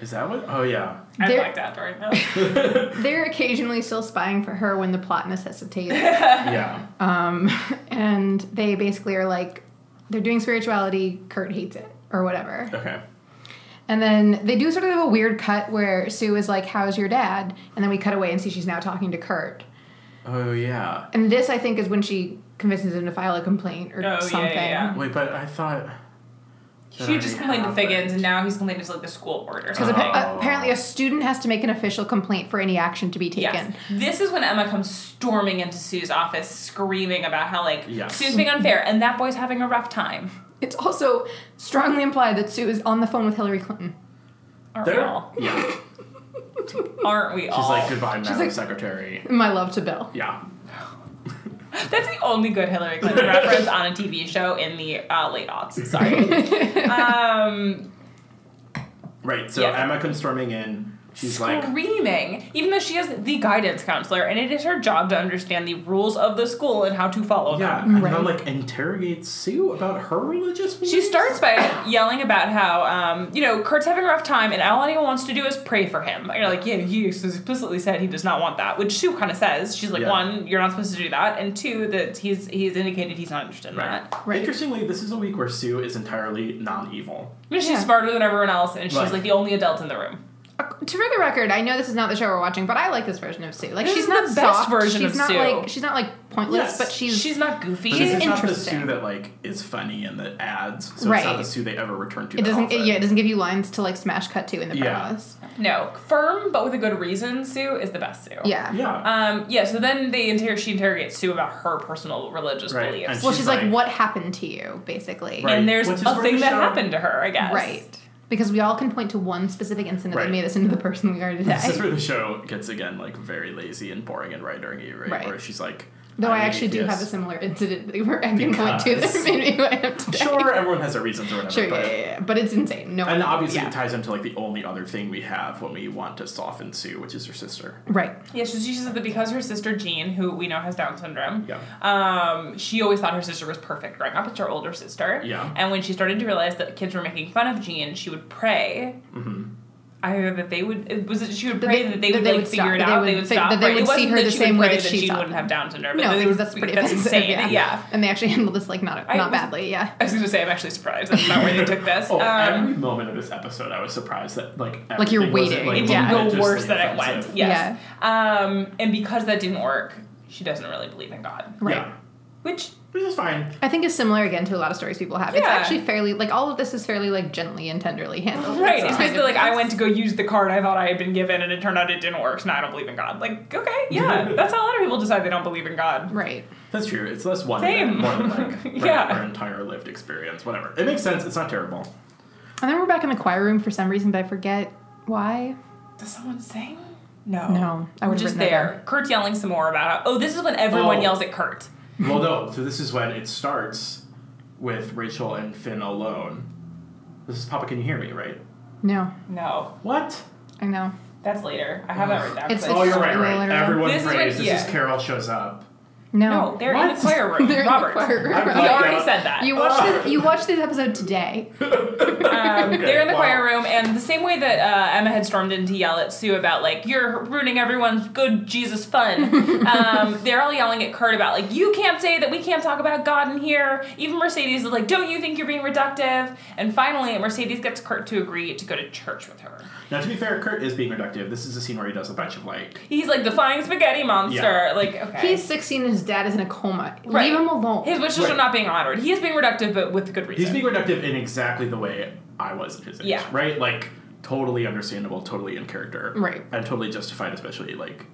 S3: Is that what? Oh yeah.
S2: I
S4: There-
S2: blacked out during that.
S4: They're occasionally still spying for her when the plot necessitates.
S3: Yeah.
S4: Um, and they basically are like, they're doing spirituality, Kurt hates it, or whatever.
S3: Okay.
S4: And then they do sort of a weird cut where Sue is like, How's your dad? And then we cut away and see she's now talking to Kurt.
S3: Oh yeah.
S4: And this, I think, is when she convinces him to file a complaint or
S2: Oh, yeah,
S4: something.
S2: yeah,
S3: Wait, but I thought.
S2: She just complained to
S3: happened.
S2: Figgins, and now he's complaining to like the school board or
S4: Because
S3: Oh.
S2: something.
S4: appa- apparently, a student has to make an official complaint for any action to be taken.
S2: Yes. This is when Emma comes storming into Sue's office screaming about how like
S3: Yes.
S2: Sue's being unfair and that boy's having a rough time.
S4: It's also strongly implied that Sue is on the phone with Hillary Clinton.
S2: Aren't we
S3: There.
S2: all?
S3: Yeah. She's
S2: Aren't we all?
S3: like goodbye, Madam
S4: like-
S3: Secretary.
S4: My love to Bill.
S3: Yeah.
S2: That's the only good Hillary Clinton reference on a TV show in the uh, late aughts. Sorry.
S4: Uh,
S2: um,
S3: Right. So
S2: Yeah.
S3: Emma comes storming in. She's like,
S2: screaming, even though she is the guidance counselor, and it is her job to understand the rules of the school and how to follow
S3: yeah,
S2: them.
S3: and
S4: Right.
S3: then like interrogates Sue about her religious beliefs.
S2: She starts by yelling about how, um, you know, Kurt's having a rough time and all anyone wants to do is pray for him. And you're like, yeah, he explicitly said he does not want that, which Sue kind of says. She's like,
S3: Yeah.
S2: one, you're not supposed to do that, and two, that he's he's indicated he's not interested in that.
S4: Right.
S3: Interestingly, this is a week where Sue is entirely non-evil.
S2: But she's
S4: Yeah.
S2: smarter than everyone else, and she's
S3: Right.
S2: like the only adult in the room.
S4: Ac- To for the record, I know this is not the show we're watching, but I like this version of Sue. Like
S2: This
S4: she's
S2: is
S4: not
S2: the best
S4: soft.
S2: version
S4: she's
S2: of
S4: not
S2: Sue.
S4: like she's not like pointless,
S3: Yes.
S4: but she's,
S2: She's, not goofy.
S3: But
S4: She's
S3: this is not the
S4: interesting.
S3: Sue that like is funny in the ads. So it's
S4: Right.
S3: not the Sue they ever return to.
S4: it
S3: that
S4: doesn't
S3: often.
S4: yeah it doesn't give you lines to like smash cut to in the
S3: Yeah.
S4: promos.
S2: no, firm but with a good reason. Sue is the best Sue.
S4: Yeah.
S3: Yeah.
S2: Um. Yeah. So then they inter- she interrogates Sue about her personal religious
S3: Right,
S2: beliefs,
S3: and
S4: Well,
S3: She's
S4: she's, like,
S3: like-
S4: what happened to you, basically.
S3: Right,
S2: and there's
S3: which is
S2: a
S3: where
S2: thing
S3: the
S2: that
S3: show-
S2: happened to her. I guess.
S4: Right. Because we all can point to one specific incident
S3: Right.
S4: that made us into the person we are
S3: This is
S4: today.
S3: where the show gets again like very lazy and boring and right during E, right?
S4: Right.
S3: Where she's like,
S4: Though
S3: I'm
S4: I
S3: an
S4: actually do have a
S3: atheist.
S4: similar incident that we're- I can point to that
S3: Because-
S4: made me laugh today.
S3: Sure, everyone has their reasons or whatever.
S4: Sure, yeah,
S3: but,
S4: yeah, yeah. But it's insane. No,
S3: And obviously,
S4: yeah.
S3: it ties into like the only other thing we have when we want to soften Sue, which is her sister.
S4: Right.
S2: Yeah, so she said that because her sister Jean, who we know has Down syndrome,
S3: Yeah.
S2: um, she always thought her sister was perfect growing up. It's her older sister.
S3: Yeah.
S2: And when she started to realize that kids were making fun of Jean, she would pray.
S3: Mm-hmm.
S2: Either that they would it was it she would
S4: That
S2: pray
S4: they-
S2: that they
S4: that
S2: would
S4: they
S2: like
S4: would
S2: figure
S4: stop-
S2: it
S4: that they
S2: out. They
S4: would
S2: would
S4: think-
S2: stop.
S4: that they
S2: praying. It
S4: would
S2: wasn't
S4: see her
S2: that
S4: the
S2: she
S4: same
S2: would
S4: way
S2: pray
S4: that
S2: that
S4: she
S2: she
S4: saw
S2: wouldn't have Down syndrome. But
S4: No,
S2: that they
S4: because
S2: would,
S4: that's pretty
S2: that's
S4: offensive,
S2: insane.
S4: yeah.
S2: yeah.
S4: And they actually handled this like not
S2: I
S4: not
S2: was-
S4: badly. Yeah.
S2: I was gonna say I'm actually surprised. That's not where they took this.
S3: Oh, every
S2: um,
S3: moment of this episode, I was surprised that like
S4: Like you're
S3: everything
S4: waiting.
S3: wasn't, like,
S2: it didn't
S4: Yeah.
S2: go
S3: religiously
S2: worse than it went.
S3: offensive.
S2: Yes. Um, and because that didn't work, she doesn't really believe in God.
S4: Right.
S3: Yeah,
S2: Which
S3: which is fine.
S4: I think is similar again to a lot of stories people have. It's
S2: Yeah.
S4: actually fairly like all of this is fairly like gently and tenderly handled.
S2: Right.
S4: It's
S2: It's
S4: kind
S2: basically
S4: of
S2: like I
S4: nice.
S2: went to go use the card I thought I had been given, and it turned out it didn't work. So now I don't believe in God. Like, okay, yeah, that's how a lot of people decide they don't believe in God.
S4: Right.
S3: That's true. It's less one
S2: Same.
S3: than more than like
S2: Yeah.
S3: our entire lived experience. Whatever. It makes sense. It's not terrible.
S4: And then we're back in the choir room for some reason, but I forget why.
S2: Does someone sing? No.
S4: No, I
S2: We're
S4: would've
S2: just
S4: written that
S2: there. Kurt yelling some more about. How, oh, this is when everyone
S3: Oh.
S2: yells at Kurt.
S3: well, no. So this is when it starts with Rachel and Finn alone. This is Papa. Can you hear me? Right.
S4: No,
S2: No,
S3: What?
S4: I know.
S2: that's later. I have that written down.
S4: It's-
S2: but-
S3: Oh, you're right.
S4: Sorry,
S3: Right.
S4: Laura.
S3: Everyone
S2: This is
S3: prays.
S2: when-
S3: This
S2: yeah.
S3: is Carol shows up.
S4: No.
S2: no, they're in the
S3: What?
S2: choir room.
S4: They're in the
S2: Robert,
S4: choir room.
S2: you
S3: I'm
S4: You
S3: blacked
S2: already
S3: out.
S2: said that.
S4: You watched this. You watched this episode today.
S2: Um,
S3: Okay,
S2: they're in the
S3: wow.
S2: choir room, and the same way that uh, Emma had stormed in to yell at Sue about like you're ruining everyone's good Jesus fun, um, they're all yelling at Kurt about like you can't say that we can't talk about God in here. Even Mercedes is like, don't you think you're being reductive? And finally, Mercedes gets Kurt to agree to go to church with her.
S3: Now, to be fair, Kurt is being reductive. This is a scene where he does a bunch of like.
S2: He's like the flying spaghetti monster. Like okay,
S4: He's 16 and his dad is in a coma.
S2: Right.
S4: Leave him alone.
S2: his wishes
S3: Right.
S2: are not being honored. He is being reductive, but with good reason.
S3: He's being reductive in exactly the way I was at his age.
S2: Yeah.
S3: Right? Like, totally understandable, totally in character.
S4: Right.
S3: And totally justified, especially like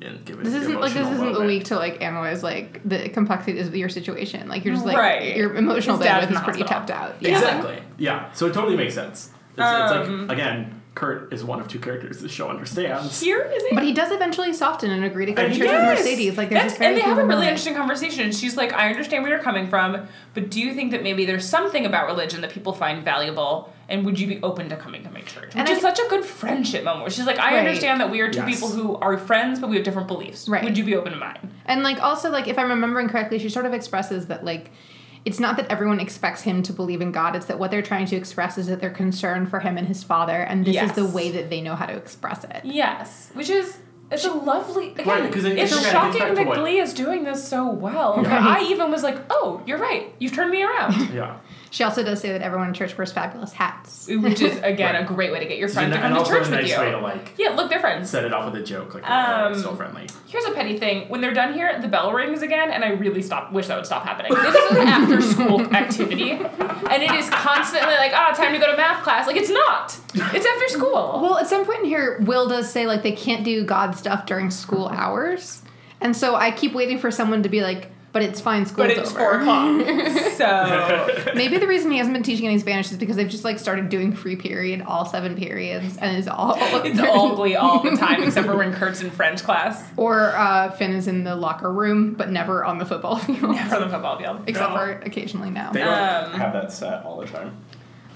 S3: in given.
S4: this
S3: the
S4: isn't like this
S3: emotional
S4: isn't the
S3: moment.
S4: week to like analyze like the complexities of your situation. Like you're just like
S2: Right.
S4: your emotional
S2: His dad's
S4: bandwidth
S2: in
S4: is
S2: the
S4: pretty
S2: hospital.
S4: tapped out. Yeah.
S3: Exactly. Yeah. So it totally makes sense. It's,
S2: Um,
S3: it's like, again, Kurt is one of two characters the show understands.
S2: here is it?
S4: But he does eventually soften and agree to go to
S3: And
S4: church
S3: he
S4: with
S3: does!
S4: Mercedes. Like there's
S2: That's-
S4: this very
S2: and they have a
S4: human
S2: really
S4: moment.
S2: interesting conversation. She's like, I understand where you're coming from, but do you think that maybe there's something about religion that people find valuable? And would you be open to coming to my church? Which
S4: And I
S2: is
S4: th-
S2: such a good friendship moment. where She's like, I
S4: Right.
S2: understand that we are two
S3: Yes.
S2: people who are friends, but we have different beliefs.
S4: Right.
S2: Would you be open to mine?
S4: And like also like if I'm remembering correctly, she sort of expresses that like it's not that everyone expects him to believe in God, it's that what they're trying to express is that they're concerned for him and his father, and this
S2: Yes.
S4: is the way that they know how to express it.
S2: Yes. Which is it's a lovely again,
S3: Right, 'cause it-
S2: it's
S3: it's- again, it goes
S2: shocking
S3: back to
S2: that
S3: what-
S2: Glee is doing this so well.
S4: Yeah.
S2: I even was like, Oh, you're right. You've turned me around.
S3: Yeah.
S4: She also does say that everyone in church wears fabulous hats.
S2: Which is again
S3: Right.
S2: a great way to get your
S3: and
S2: friends to come
S3: and
S2: to
S3: also
S2: church
S3: a
S2: with
S3: nice
S2: you.
S3: way to like
S2: yeah, look, they're friends.
S3: set it off with a joke. Like,
S2: Um,
S3: oh, still friendly.
S2: Here's a petty thing. When they're done here, the bell rings again, and I really stop. Wish that would stop happening. This is an after-school activity, and it is constantly like, ah, time to go to math class. Like it's not. It's after school.
S4: Well, at some point in here, Will does say like they can't do God stuff during school hours. And so I keep waiting for someone to be like, but it's fine, school's
S2: But it's
S4: over.
S2: four o'clock, so
S4: Maybe the reason he hasn't been teaching any Spanish is because they've just like started doing free period, all seven periods, and it's all
S2: it's all glee all the time, except for when Kurt's in French class
S4: Or uh, Finn is in the locker room, but never on the football field,
S2: for the football field.
S4: except
S3: No.
S4: for occasionally now.
S3: They don't
S2: Um,
S3: have that set all the time.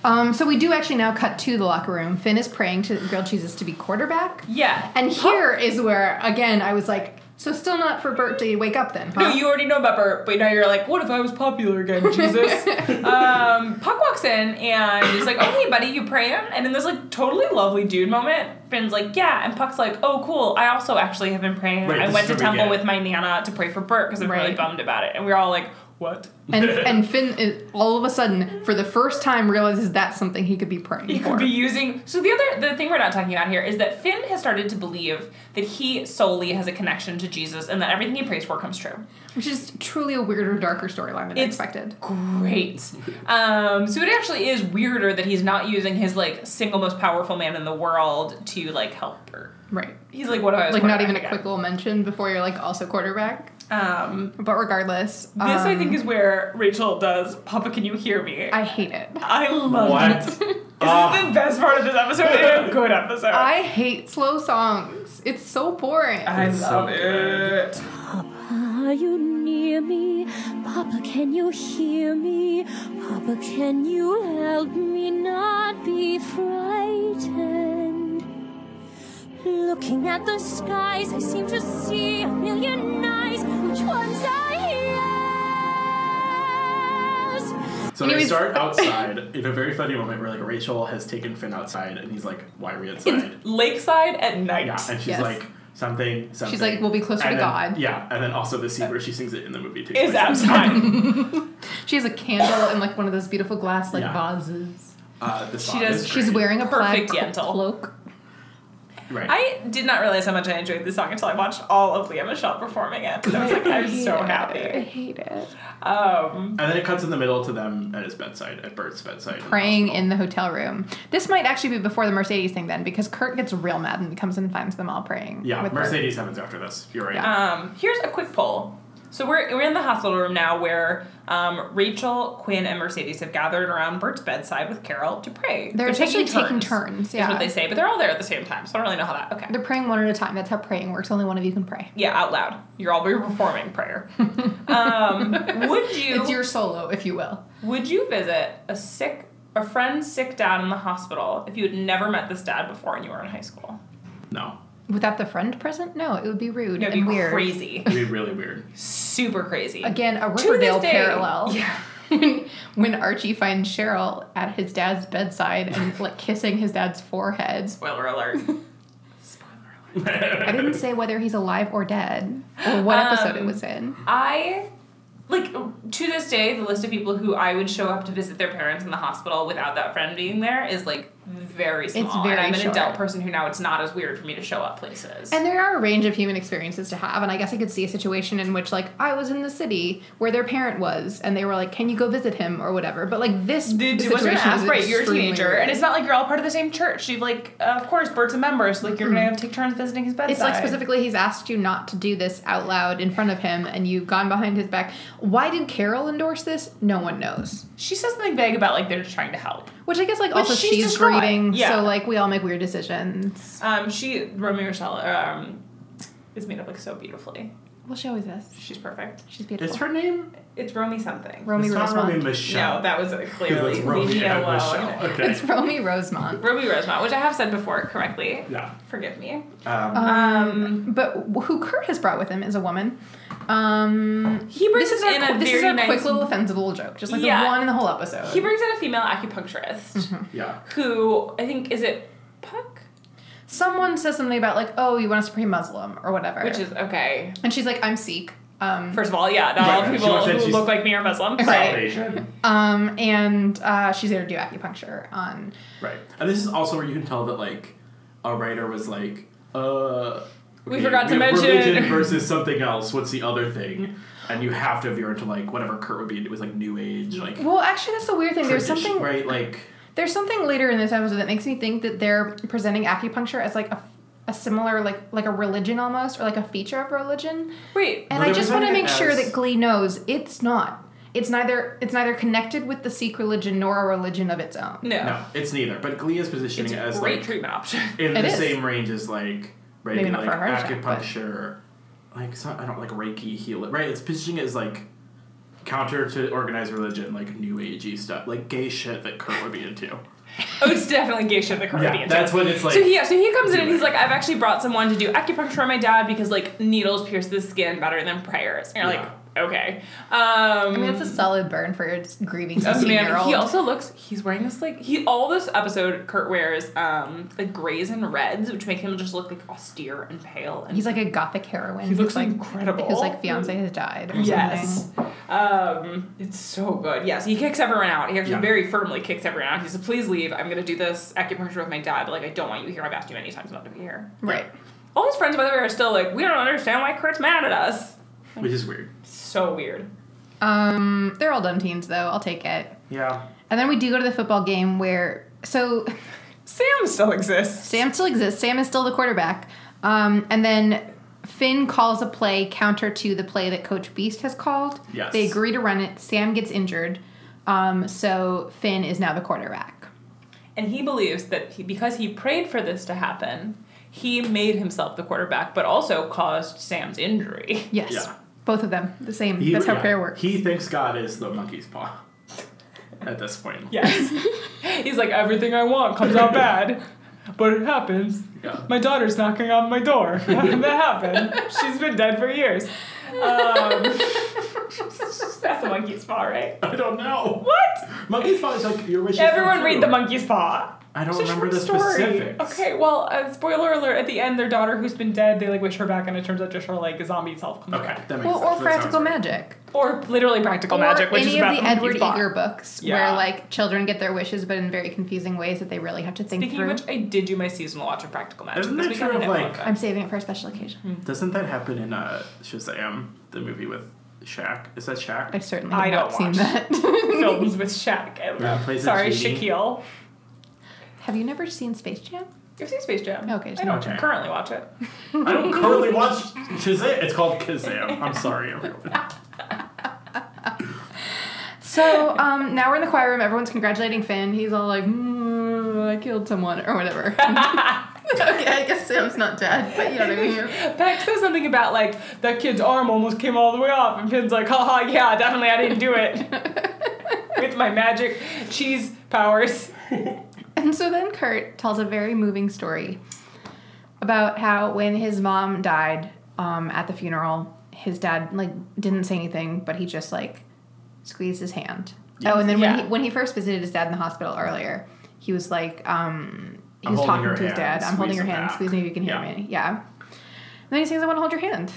S4: Um, so we do actually now cut to the locker room. Finn is praying to grilled cheeses to be quarterback,
S2: Yeah,
S4: and here is where again I was like, so still not for Bert to wake up then?
S2: No,
S4: huh?
S2: you already know about Bert, but now you're like, what if I was popular again, Jesus? um, Puck walks in and he's like, oh, hey, buddy, you praying? And in this, like, totally lovely dude moment, Finn's like, yeah. And Puck's like, oh, cool. I also actually have been praying.
S3: Right,
S2: I
S3: this
S2: went
S3: is
S2: to
S3: what we
S2: temple
S3: get.
S2: with my Nana to pray for Bert because I'm really
S4: Right.
S2: bummed about it. And we we're all like, what?
S4: and and Finn is, all of a sudden, for the first time, realizes that's something he could be praying
S2: He
S4: for.
S2: could be using. So the other the thing we're not talking about here is that Finn has started to believe that he solely has a connection to Jesus and that everything he prays for comes true.
S4: Which is truly a weirder, darker storyline than I
S2: It's-
S4: expected.
S2: great. Um, so it actually is weirder that he's not using his like single most powerful man in the world to like help her.
S4: Right.
S2: He's like, what do I was
S4: Like not
S2: quarterback
S4: even a
S2: again?
S4: quick little mention before you're like also quarterback.
S2: Um,
S4: But regardless, this
S2: this I think is where Rachel does. Papa, can you hear me?
S4: I hate it.
S2: I
S4: Oh,
S2: love it. This
S3: What? Ah.
S2: is the best part of this episode. It's a good episode.
S4: I hate slow songs. It's so boring.
S2: I
S3: It's so
S2: love
S3: good.
S2: it.
S1: Papa Are you near me? Papa, can you hear me? Papa, can you help me not be frightened? Looking at the skies, I seem to see a million eyes. Which ones are yours?
S3: So
S4: And he
S3: they
S4: was-
S3: start outside in a very funny moment where like Rachel has taken Finn outside and he's like, "Why are we outside?"
S2: Lakeside at night.
S3: Yeah, and she's
S4: Yes.
S3: like something, something.
S4: like, "We'll be closer to
S3: And then-
S4: God."
S3: Yeah, and then also the scene where she sings it in the movie too.
S2: Is outside.
S4: She has a candle in like one of those beautiful glass like
S3: Yeah.
S4: vases.
S3: Uh, the
S4: She
S3: song
S4: does.
S3: is
S4: She's
S3: great.
S4: wearing a plaid
S2: Perfect
S4: cl-
S2: Yentl.
S4: cloak.
S3: Right.
S2: I did not realize how much I enjoyed this song until I watched all of Leah Michelle performing it. And I was like, I'm so
S4: I
S2: happy.
S4: hate it.
S2: Um,
S3: and then it cuts in the middle to them at his bedside, at Bert's bedside.
S4: Praying in the hotel room. This might actually be before the Mercedes thing then, because Kurt gets real mad and comes and finds them all praying.
S3: Yeah,
S4: with her.
S3: Mercedes happens after this. You're right.
S4: Yeah.
S2: um, here's a quick poll. So we're, we're in the hospital room now where um, Rachel, Quinn, and Mercedes have gathered around Bert's bedside with Carol to pray.
S4: They're essentially taking turns,
S2: Is
S4: yeah.
S2: what they say, but they're all there at the same time, so I don't really know how that. Okay.
S4: They're praying one at a time. That's how praying works. Only one of you can pray.
S2: yeah, out loud. You're all you're performing prayer. um, would you
S4: It's your solo, if you will.
S2: Would you visit a sick a friend's sick dad in the hospital if you had never met this dad before and you were in high school?
S3: No,
S4: Without the friend present? No, it would be rude
S2: That'd
S4: and
S2: be
S4: weird.
S2: crazy.
S3: it'd be really weird.
S2: Super crazy.
S4: Again, a
S2: To this
S4: Riverdale
S2: day-
S4: parallel.
S2: Yeah.
S4: when Archie finds Cheryl at his dad's bedside and like kissing his dad's forehead.
S2: Spoiler alert.
S4: I didn't say whether he's alive or dead or what episode it
S2: Um,
S4: was in.
S2: I like to this day the list of people who I would show up to visit their parents in the hospital without that friend being there is like very small.
S4: very
S2: and I'm an
S4: short.
S2: adult person who now it's not as weird for me to show up places.
S4: And there are a range of human experiences to have, and I guess I could see a situation in which, like, I was in the city where their parent was, and they were like, "Can you go visit him?" or whatever. But like this
S2: Dude, you wasn't
S4: situation
S2: asked,
S4: is
S2: right? You're a
S4: extremely
S2: teenager,
S4: weird.
S2: and it's not like you're all part of the same church. You've like, uh, of course, Bert's a member, so like you're gonna have to take turns visiting his bedside.
S4: Mm-hmm. It's like specifically he's asked you not to do this out loud in front of him, and you've gone behind his back. Why did Carol endorse this? No one knows.
S2: She says something vague about like they're just trying to help.
S4: Which I guess like also
S2: she's
S4: she's,
S2: distraught.
S4: grieving,
S2: Yeah.
S4: so like we all make weird decisions.
S2: Um, she Romy Rochelle um, is made up like so beautifully.
S4: Well, she always is.
S2: She's perfect.
S4: She's
S3: Is
S4: beautiful.
S3: her name?
S2: It's Romy something.
S4: Romy
S3: it's not
S4: Rosemont.
S3: Romy Michelle.
S2: No, that was clearly uh,
S3: That's Romy
S2: leave me
S3: and
S2: alone.
S3: Michelle. Okay.
S4: It's Romy Rosemont.
S2: Romy Rosemont, which I have said before correctly.
S3: yeah.
S2: Forgive me.
S3: Um,
S4: Uh,
S2: Um,
S4: But who Kurt has brought with him is a woman. Um,
S2: he brings
S4: this is
S2: in
S4: our,
S2: a
S4: this
S2: very
S4: is our
S2: nice.
S4: quick little offensive little joke, just like
S2: Yeah.
S4: the one in the whole episode.
S2: he brings in a female acupuncturist
S4: Mm-hmm.
S3: yeah.
S2: who I think is it Puck,
S4: Someone says something about like, "Oh, you want us to pray Muslim or whatever,"
S2: which is okay.
S4: and she's like, "I'm Sikh." Um,
S2: First of all, yeah, not all
S3: Right. She
S2: people
S3: wants that
S2: who
S3: she's-
S2: look like me are Muslim.
S4: Right.
S3: South Asian.
S4: um, and uh, she's there to do acupuncture on.
S3: Right. And this is also where you can tell that like a writer was like, uh
S2: We
S3: okay,
S2: forgot to
S3: have
S2: mention-
S3: religion versus something else. What's the other thing? And you have to veer into like whatever Kurt would be into was like new age, like
S4: Well, actually, that's the weird thing. There's
S3: tradition,
S4: something
S3: right, like
S4: There's something later in this episode that makes me think that they're presenting acupuncture as like a, a similar like like a religion almost or like a feature of religion.
S2: Wait,
S4: And
S3: Well,
S4: I
S3: they're
S4: just want to
S3: presenting
S4: make
S3: it
S4: sure
S3: as-
S4: that Glee knows it's not. It's neither it's neither connected with the Sikh religion nor a religion of its own.
S2: no.
S3: no, it's neither. But Glee is positioning
S2: It's
S3: it
S2: a
S3: as
S2: great
S3: like
S2: treatment option.
S3: in
S4: It
S3: the
S4: is.
S3: same range as like right,
S4: Maybe not
S3: like
S4: for her, but-
S3: acupuncture, like so, I don't like Reiki healing, right? It's positioning it as like counter to organized religion, like new agey stuff, like gay shit that Kurt would be into.
S2: Oh, it's definitely geisha in the Caribbean.
S3: Yeah, that's what it's like.
S2: so he, yeah, so he comes in and
S3: Do
S2: he's
S3: it.
S2: like, I've actually brought someone to do acupuncture on my dad because like needles pierce the skin better than prayers. And you're like, okay. Um,
S4: I mean, it's a solid burn for a grieving
S2: Oh,
S4: sixteen year
S2: man,
S4: old.
S2: he also looks. He's wearing this like he all this episode. Kurt wears um like grays and reds, which make him just look like austere and pale. And
S4: He's like a gothic heroine.
S2: he looks
S4: who's, like
S2: incredible.
S4: His like fiance has died. Or
S2: Yes.
S4: Something.
S2: Um, it's so good. Yes, he kicks everyone out. He actually
S3: Yeah.
S2: very firmly kicks everyone out. He said, "Please leave. I'm going to do this acupuncture with my dad, but like I don't want you here. I've asked you many times not to be here."
S4: Right.
S2: All his friends, by the way, are still like, "We don't understand why Kurt's mad at us."
S3: which is weird.
S2: So weird.
S4: Um, they're all dumb teens though. I'll take it.
S3: Yeah.
S4: And then we do go to the football game where so
S2: Sam still exists.
S4: Sam still exists. Sam is still the quarterback. Um, and then Finn calls a play counter to the play that Coach Beast has called.
S3: Yes.
S4: They agree to run it. Sam gets injured. Um, so Finn is now the quarterback.
S2: And he believes that he, because he prayed for this to happen, he made himself the quarterback, but also caused Sam's injury.
S4: Yes.
S3: Yeah.
S4: Both of them, the same.
S3: He-
S4: That's how
S3: yeah.
S4: prayer works.
S3: He thinks God is the monkey's paw. At this point.
S2: Yes. He's like, everything I want comes out bad, but it happens.
S3: Yeah.
S2: My daughter's knocking on my door. How did that happen? She's been dead for years. Um, that's the monkey's paw, right?
S3: I don't know.
S2: What?
S3: Monkey's paw is like your wishes. come
S2: Everyone read
S3: true.
S2: the monkey's paw.
S3: I don't
S2: It's a
S3: remember
S2: short
S3: the specifics.
S2: Okay, well, uh, spoiler alert. At the end, their daughter, who's been dead, they like wish her back, and it turns out just her like zombie self comes
S3: Okay,
S2: back,
S3: that makes
S4: well,
S3: sense.
S4: or
S3: That
S4: practical
S3: sounds right.
S4: magic,
S2: or literally practical
S4: or
S2: Oh, magic, which
S4: any
S2: is about
S4: of the
S2: the monkey's
S4: Edward
S2: paw.
S4: Eager books,
S2: Yeah.
S4: where like children get their wishes, but in very confusing ways that they really have to think
S2: Speaking
S4: through.
S2: of which, I did do my seasonal watch of Practical Magic.
S3: Isn't
S2: this
S3: that
S2: weekend,
S3: true
S2: and
S3: of,
S2: I
S3: like-
S2: loved it.
S4: I'm saving it for a special occasion.
S2: Hmm.
S3: Doesn't that happen in uh, Shazam, the movie with Shaq? Is that Shaq?
S4: I certainly
S2: I
S4: have not
S2: don't
S4: seen
S2: watch.
S4: that.
S2: films with Shaq. I
S3: Yeah,
S2: love.
S3: he plays a
S2: Sorry,
S3: genie.
S2: Shaquille.
S4: have you never seen Space Jam?
S2: You've seen Space Jam.
S4: Okay,
S2: I
S4: just
S2: don't
S3: okay.
S2: currently watch it.
S3: I don't currently watch Shazam. It's called Kazam. I'm sorry, everyone.
S4: So um, now we're in the choir room. Everyone's congratulating Finn. He's all like, "Mm, "I killed someone" or whatever. okay, I guess Sam's not dead, but you know what I mean.
S2: Peck says something about like that kid's arm almost came all the way off, and Finn's like, haha, yeah, definitely I didn't do it with my magic cheese powers.
S4: And so then Kurt tells a very moving story about how when his mom died um, at the funeral, his dad like didn't say anything, but he just like squeezed his hand. Oh, and then when
S2: Yeah.
S4: he when he first visited his dad in the hospital earlier, he was like, um, he
S3: I'm
S4: was
S3: holding
S4: talking
S3: your
S4: to his
S3: hand,
S4: dad. I'm holding your
S3: squeeze it
S4: hand.
S3: back."
S4: Squeeze me if you can hear
S3: Yeah.
S4: me. Yeah. And then he sings, "I want to hold your hand."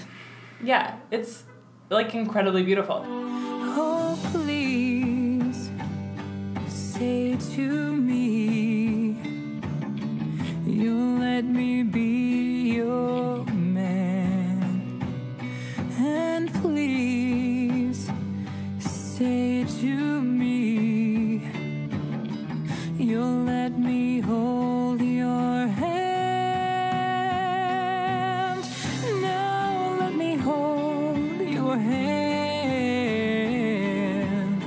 S2: Yeah, it's like incredibly beautiful.
S1: Oh, please say to me, you'll let me be your man. And please say to me, you'll let me hold your hand. Now let me hold your hand.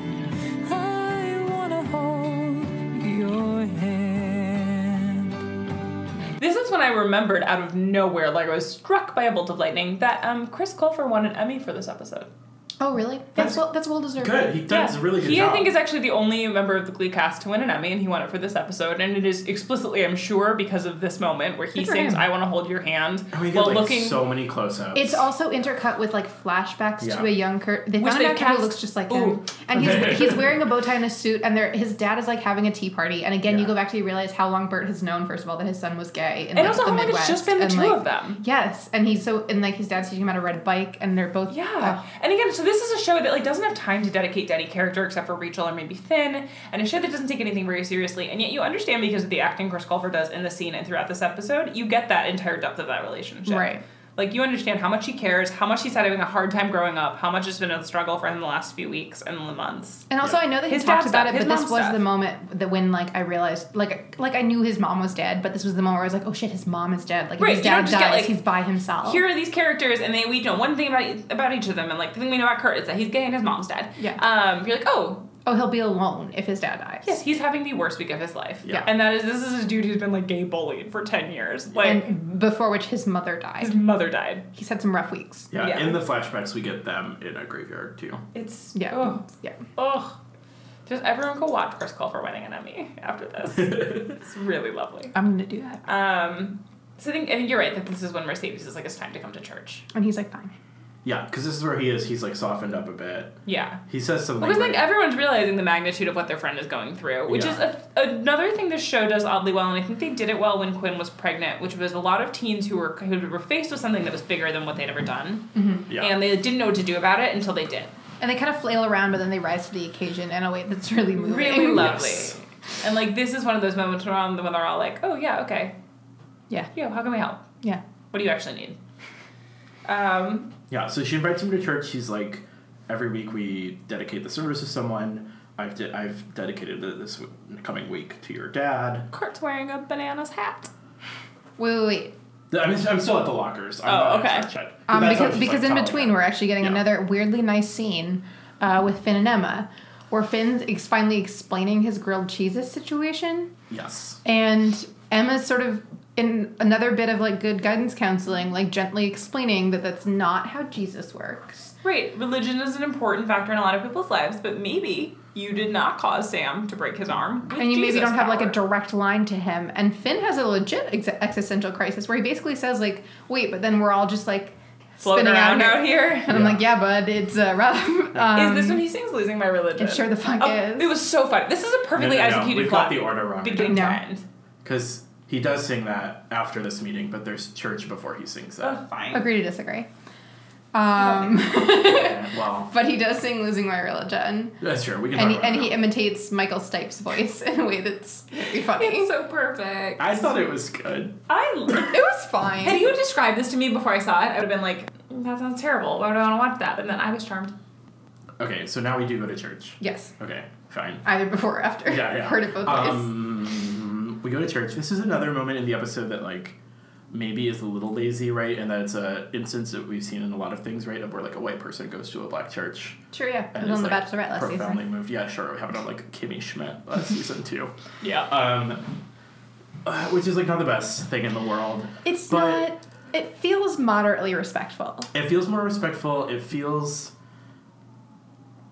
S1: I wanna hold your hand.
S2: This is when I remembered out of nowhere, like I was struck by a bolt of lightning, that um Chris Colfer won an Emmy for this episode.
S4: Oh, really?
S3: That's-
S4: That's well. That's well deserved.
S3: Good. He does
S2: Yeah.
S3: a really good
S2: he,
S3: job.
S2: I think, is actually the only member of the Glee cast to win an Emmy, and he won it for this episode. And it is explicitly, I'm sure, because of this moment where he
S4: Good for
S2: sings
S4: him.
S2: "I Want to Hold Your Hand"
S3: And we get
S2: while
S3: Oh, like
S2: looking.
S3: so many close-ups.
S4: It's also intercut with like flashbacks
S3: Yeah.
S4: to a young Kurt. They
S2: Which
S4: found
S2: they've
S4: an actor
S2: cast- Oh.
S4: who looks just like
S2: Ooh.
S4: him, and he's
S3: Okay.
S4: he's wearing a bow tie and a suit. And they're- his dad is like having a tea party. And again,
S3: Yeah.
S4: you go back to you realize how long Bert has known. First of all, that his son was gay,
S2: and also, how long it's just been the two of them.
S4: Yes, and he's so and like his dad's teaching him how to ride a bike, and they're both
S2: Yeah.
S4: oh.
S2: And again, so this is a show that like doesn't have time to dedicate to any character except for Rachel or maybe Finn, and a show that doesn't take anything very seriously. And yet you understand because of the acting Chris Colfer does in the scene and throughout this episode, you get that entire depth of that relationship.
S4: Right.
S2: Like you understand how much he cares, how much he's having a hard time growing up, how much has been a struggle for him the last few weeks and months.
S4: And also, I know that
S2: His
S4: he talked
S2: dad's
S4: about
S2: death,
S4: it,
S2: his
S4: but this
S2: mom's
S4: was
S2: death.
S4: the moment that when like I realized, like, like I knew his mom was dead, but this was the moment where I was like, oh shit, his mom is dead. Like,
S2: Right,
S4: if his
S2: you don't
S4: dad
S2: just
S4: dies,
S2: get, like,
S4: he's by himself.
S2: Here are these characters, and they we know one thing about e- about each of them, and like the thing we know about Kurt is that he's gay and his mom's dead.
S4: Yeah.
S2: Um, you're like, oh,
S4: oh, he'll be alone if his dad dies.
S2: Yes, he's having the worst week of his life.
S3: Yeah.
S2: And that is this is a dude who's been like gay bullied for ten years. Like
S4: and before which his mother
S2: his
S4: died.
S2: mother died.
S4: He's had some rough weeks.
S3: yeah,
S2: yeah.
S3: In the flashbacks, we get them in a graveyard too.
S2: It's
S4: Yeah.
S3: Oh.
S2: Ugh.
S4: Yeah.
S2: ugh. Just everyone go watch Chris Call for winning an Emmy after this. it's really lovely.
S4: I'm gonna do that.
S2: Um so I think I think you're right that this is when Mercedes is like it's time to come to church.
S4: And he's like, fine.
S3: Yeah, because this is where he is. He's like softened up a bit.
S2: Yeah.
S3: He says something.
S2: Because like
S3: like-
S2: everyone's realizing the magnitude of what their friend is going through, which is
S3: Yeah.
S2: a, another thing this show does oddly well, and I think they did it well when Quinn was pregnant, which was a lot of teens who were who were faced with something that was bigger than what they'd ever done,
S3: yeah.
S2: and they didn't know what to do about it until they did.
S4: And they kind of flail around, but then they rise to the occasion in a way that's really moving.
S2: Really lovely,
S3: Yes.
S2: and like this is one of those moments where I'm- when they're all like, "Oh yeah, okay,
S4: Yeah.
S2: yo, how can we help?
S4: Yeah.
S2: What do you actually need?" Um,
S3: Yeah, so she invites him to church. She's like, every week we dedicate the service to someone. I've de- I've dedicated it this w- coming week to your dad.
S2: Kurt's wearing a bananas hat.
S4: Wait, wait, wait.
S3: I mean, I'm still at the lockers. I'm
S2: Oh,
S3: not at
S2: okay.
S3: church yet. But
S4: Um,
S3: that's how
S4: because
S3: she's,
S4: because
S3: like,
S4: in
S3: telling
S4: between,
S3: him.
S4: we're actually getting
S3: Yeah.
S4: another weirdly nice scene uh, with Finn and Emma, where Finn's ex- finally explaining his grilled cheeses situation,
S3: yes.
S4: and Emma's sort of in another bit of like good guidance counseling, like gently explaining that that's not how Jesus works.
S2: Right, religion is an important factor in a lot of people's lives, but maybe you did not cause Sam to break his arm. with
S4: and you
S2: Jesus
S4: maybe don't have like a
S2: power.
S4: direct line to him. And Finn has a legit ex- existential crisis where he basically says like, "Wait, but then we're all just like
S2: floating
S4: spinning
S2: around out
S4: And
S2: here.
S4: I'm like, "Yeah, bud, it's uh, rough." Um,
S2: is this when he sings "Losing My Religion"?
S4: It sure the fuck
S2: Oh,
S4: is.
S2: It was so fun. This is a perfectly
S3: no, no, no.
S2: executed
S3: We've
S2: plot.
S3: got the order wrong.
S2: Beginning
S4: No.
S2: to end.
S3: Because he does sing that after this meeting, but there's church before he sings
S2: Oh,
S3: that.
S2: fine.
S4: agree to disagree. Um,
S2: Oh.
S3: Yeah, well,
S4: but he does sing "Losing My Religion,"
S3: that's true. We can
S4: and
S3: talk
S4: he,
S3: about
S4: and
S3: it
S4: he
S3: now.
S4: imitates Michael Stipe's voice in a way that's really funny.
S2: It's so perfect.
S3: I thought it was good.
S2: I.
S4: it was fine.
S2: Had you described this to me before I saw it, I would have been like, "That sounds terrible. Why would I want to watch that?" And then I was charmed.
S3: Okay, so now we do go to church.
S4: yes,
S3: Okay, fine.
S4: either before or after.
S3: Yeah, yeah.
S4: Heard it both ways.
S3: Um, we go to church. This is another moment in the episode that like maybe is a little lazy, right? And that's a instance that we've seen in a lot of things, right? Of where like a white person goes to a black church
S4: Sure, yeah.
S3: and
S4: it was
S3: is
S4: on The
S3: like
S4: Bachelorette last
S3: profoundly
S4: season.
S3: moved. Yeah, sure. We have it on like Kimmy Schmidt last season too.
S2: Yeah.
S3: Um, uh, which is like not the best thing in the world.
S4: It's
S3: But-
S4: not. It feels moderately respectful.
S3: It feels more respectful. It feels.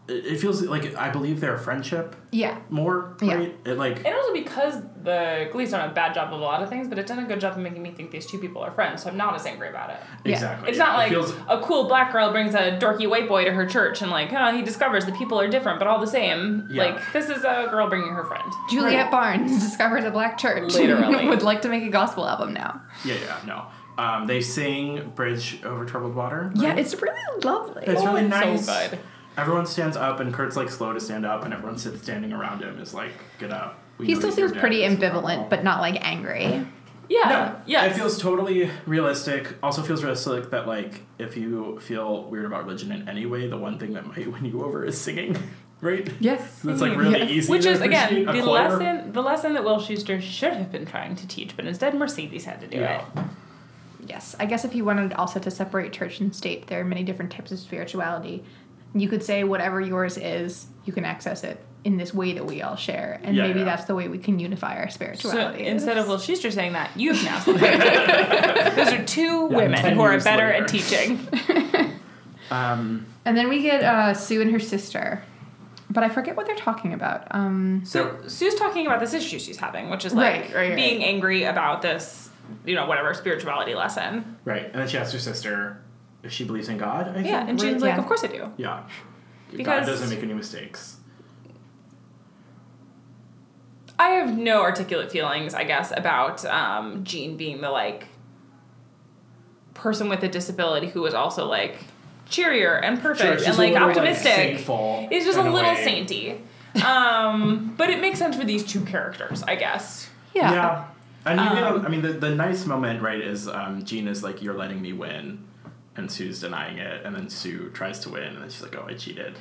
S3: It it feels like I believe their friendship
S4: Yeah.
S3: more,
S4: Yeah.
S3: right? It like
S2: And also because the Glee's done a bad job of a lot of things, but it's done a good job of making me think these two people are friends, so I'm not as angry about it.
S4: Yeah.
S3: exactly.
S2: It's not
S3: It
S2: like
S3: feels-
S2: a cool black girl brings a dorky white boy to her church and like, oh, he discovers that people are different but all the same.
S3: Yeah.
S2: Like this is a girl bringing her friend.
S4: Juliet Barnes discovers a black church.
S2: Literally.
S4: Would like to make a gospel album now.
S3: Yeah, yeah, no. Um, they sing "Bridge Over Troubled Water."
S4: Yeah,
S3: right?
S4: it's really lovely.
S3: it's really
S2: it's so
S3: nice.
S2: good.
S3: Everyone stands up, and Kurt's like slow to stand up, and everyone sits standing around him is like, "Get up." We
S4: he
S3: know
S4: still
S3: that your
S4: seems
S3: dad
S4: pretty
S3: is
S4: ambivalent,
S3: normal."
S4: but not like angry.
S2: Yeah.
S3: no,
S2: yes.
S3: it feels totally realistic. Also feels realistic that like if you feel weird about religion in any way, the one thing that might win you over is singing, right?
S4: Yes.
S3: That's like really
S4: Yes.
S3: easy.
S2: Mm-hmm. Which
S3: to
S2: is again
S3: appreciate. A
S2: the
S3: choir-
S2: lesson the lesson that Will Schuster should have been trying to teach, but instead Mercedes had to do
S3: Yeah.
S2: it.
S4: Yes. I guess if you wanted also to separate church and state, there are many different types of spirituality. You could say whatever yours is, you can access it in this way that we all share. And
S3: Yeah,
S4: maybe
S3: yeah.
S4: that's the way we can unify our
S2: So
S4: spirituality.
S2: instead of Will Schuster saying that, you've now said that. Those are two
S3: Yeah,
S2: women
S3: ten
S2: who are
S3: years
S2: better
S3: later.
S2: at teaching.
S3: Um,
S4: And then we get uh, Sue and her sister, but I forget what they're talking about. Um,
S2: So Sue's talking about this issue she's having, which is like
S4: Right, right, right.
S2: being angry about this, you know, whatever spirituality lesson.
S3: right, and then she asks her sister if she believes in God. I
S2: Yeah, and
S3: think, right?
S2: she's like,
S4: Yeah.
S2: "Of course I do."
S3: Yeah.
S2: Because-
S3: God doesn't make any mistakes.
S2: I have no articulate feelings, I guess, about um, Jean being the like person with a disability who was also like cheerier and
S3: Sure,
S2: perfect
S3: she's
S2: and
S3: a
S2: like
S3: little,
S2: optimistic.
S3: saintful
S2: it's just a
S3: in
S2: little
S3: way.
S2: sainty. Um, but it makes sense for these two characters, I guess.
S4: yeah.
S3: And you get
S2: Um,
S3: a- I mean, the, the nice moment, right, is um, Jean is like, you're letting me win. And Sue's denying it. And then Sue tries to win. And then she's like, oh, I cheated.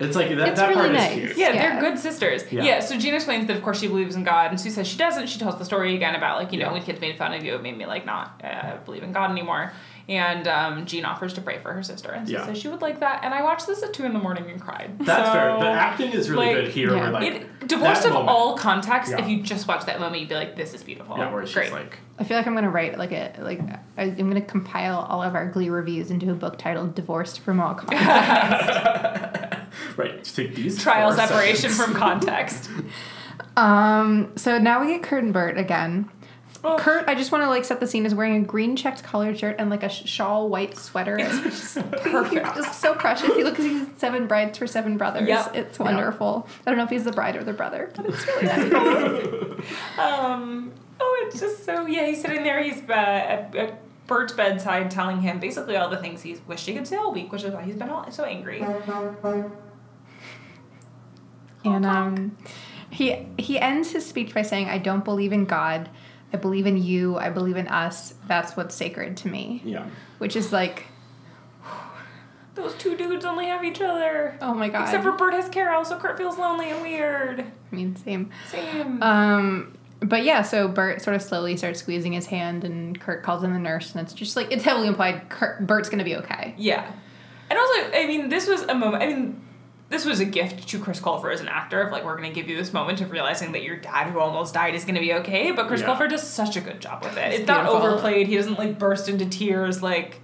S3: it's like, that,
S4: It's
S3: that part
S4: really
S3: is
S4: nice.
S3: cute.
S2: Yeah,
S4: Yeah.
S2: they're good sisters.
S3: Yeah.
S2: Yeah. so Jean explains that of course she believes in God, and Sue says she doesn't. She tells the story again about like you
S3: Yeah.
S2: know when kids made fun of you, it made me like not uh, believe in God anymore. And um, Jean offers to pray for her sister, and Sue
S3: Yeah.
S2: says she would like that. And I watched this at two in the morning and cried.
S3: That's
S2: so,
S3: fair. The acting is really
S2: like,
S3: good here. Where,
S4: yeah.
S3: like,
S2: it, divorced
S3: that
S2: of
S3: moment-
S2: all context,
S3: Yeah.
S2: if you just watch that moment, you'd be like, "This is beautiful."
S3: Yeah, where she's
S2: Great.
S3: like,
S4: I feel like I'm gonna write like a like I, I'm gonna compile all of our Glee reviews into a book titled "Divorced from All Contact."
S3: right, take these.
S2: trial
S3: four
S2: separation
S3: seconds.
S2: from context.
S4: um. So now we get Kurt and Bert again.
S2: Oh.
S4: Kurt, I just want to like set the scene is wearing a green checked collared shirt and like a sh- shawl white sweater. It's just perfect. He's just so precious. He looks like he's seven brides for seven brothers.
S2: Yep.
S4: It's wonderful. I don't know if he's the bride or the brother, but it's really nice.
S2: Um, oh, it's just so yeah. He's sitting there. He's uh, at, at Bert's bedside, telling him basically all the things he's wished he could say all week, which is why he's been all so angry.
S4: and um, he he ends his speech by saying, "I don't believe in God. I believe in you. I believe in us. That's what's sacred to me."
S3: Yeah.
S4: Which is like,
S2: Those two dudes only have each other.
S4: oh my god.
S2: Except for Bert has Carol, so Kurt feels lonely and weird.
S4: I mean, same.
S2: Same.
S4: Um, but yeah, so Bert sort of slowly starts squeezing his hand, and Kurt calls in the nurse, and it's just like it's heavily implied Kurt, Bert's gonna be okay.
S2: yeah, and also, I mean, this was a moment. I mean, this was a gift to Chris Colfer as an actor of like we're gonna give you this moment of realizing that your dad who almost died is gonna be okay. But Chris
S3: Yeah.
S2: Colfer does such a good job with it.
S4: It's
S2: it's not
S4: beautiful.
S2: overplayed. He doesn't like burst into tears. Like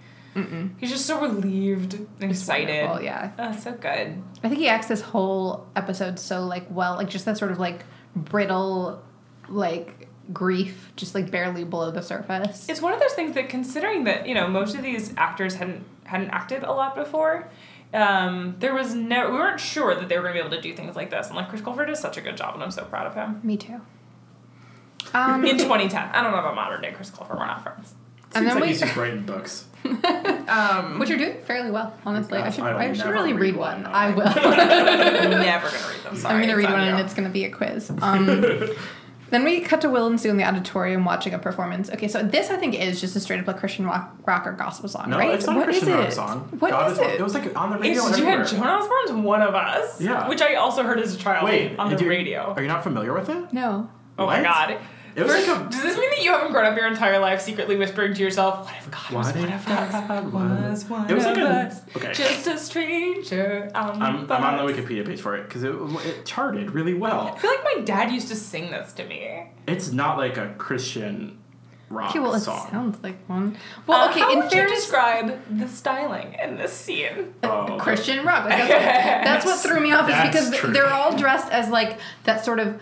S2: he's just so relieved and excited.
S4: Wonderful, yeah.
S2: Oh, it's so good.
S4: I think he acts this whole episode so like well, like just that sort of like brittle, like grief, just like barely below the surface.
S2: It's one of those things that, considering that you know most of these actors hadn't hadn't acted a lot before, um, there was never we weren't sure that they were going to be able to do things like this. And like Chris Colfer does such a good job, and I'm so proud of him.
S4: Me too. Um,
S2: In 2010, I don't know about modern day Chris Colfer. We're not friends.
S4: and
S3: Seems
S4: then
S3: like
S4: we,
S3: he's just writing books.
S4: which you're doing fairly well, honestly. I
S3: God,
S4: should,
S3: I will
S4: I should
S3: never
S4: really
S3: read
S4: read
S3: one,
S4: one.
S3: no.
S4: I will.
S2: I'm never going to read them. Sorry,
S4: I'm gonna read
S2: It's
S4: one
S2: on
S4: and
S2: you.
S4: it's gonna be a quiz. Um, then we cut to Will and Sue in the auditorium watching a performance. Okay, so this I think is just a straight up like Christian rock, rock or gospel song,
S3: No,
S4: right?
S3: it's not
S4: What
S3: a Christian
S4: is
S3: rock
S4: it?
S3: song.
S4: What
S3: God
S4: is
S3: is-
S4: it?
S3: was like on the radio.
S2: It's,
S3: and
S2: you had
S3: everywhere.
S2: Joan Osborne's One of Us,
S3: Yeah.
S2: which I also heard as a child
S3: Wait,
S2: on
S3: do
S2: the
S3: you-
S2: radio.
S3: Are you not familiar with it?
S4: No.
S2: oh my
S3: what?
S2: god.
S3: It was
S2: First,
S3: like a-
S2: does this mean that you haven't grown up your entire life secretly whispering to yourself, "What if God was
S3: What
S2: one
S3: if
S2: of us? Was
S3: God was-
S2: one
S3: It was
S2: of
S3: like a-
S2: us?
S3: okay.
S2: Just a stranger on the
S4: Mm,
S3: I'm,
S2: bus."
S3: I'm on the Wikipedia page for it because it, it charted really
S2: I
S3: well.
S2: feel like my dad used to sing this to me.
S3: It's not like a Christian rock
S4: Okay, well, it
S3: song.
S4: sounds like one.
S2: Uh,
S4: Well, okay,
S2: how
S4: in
S2: would you
S4: fairness,
S2: describe the styling in this scene?
S3: Oh, okay.
S4: Christian rock. Like, that's, what, that's what threw me off is
S3: That's
S4: because
S3: true.
S4: they're all dressed as like that sort of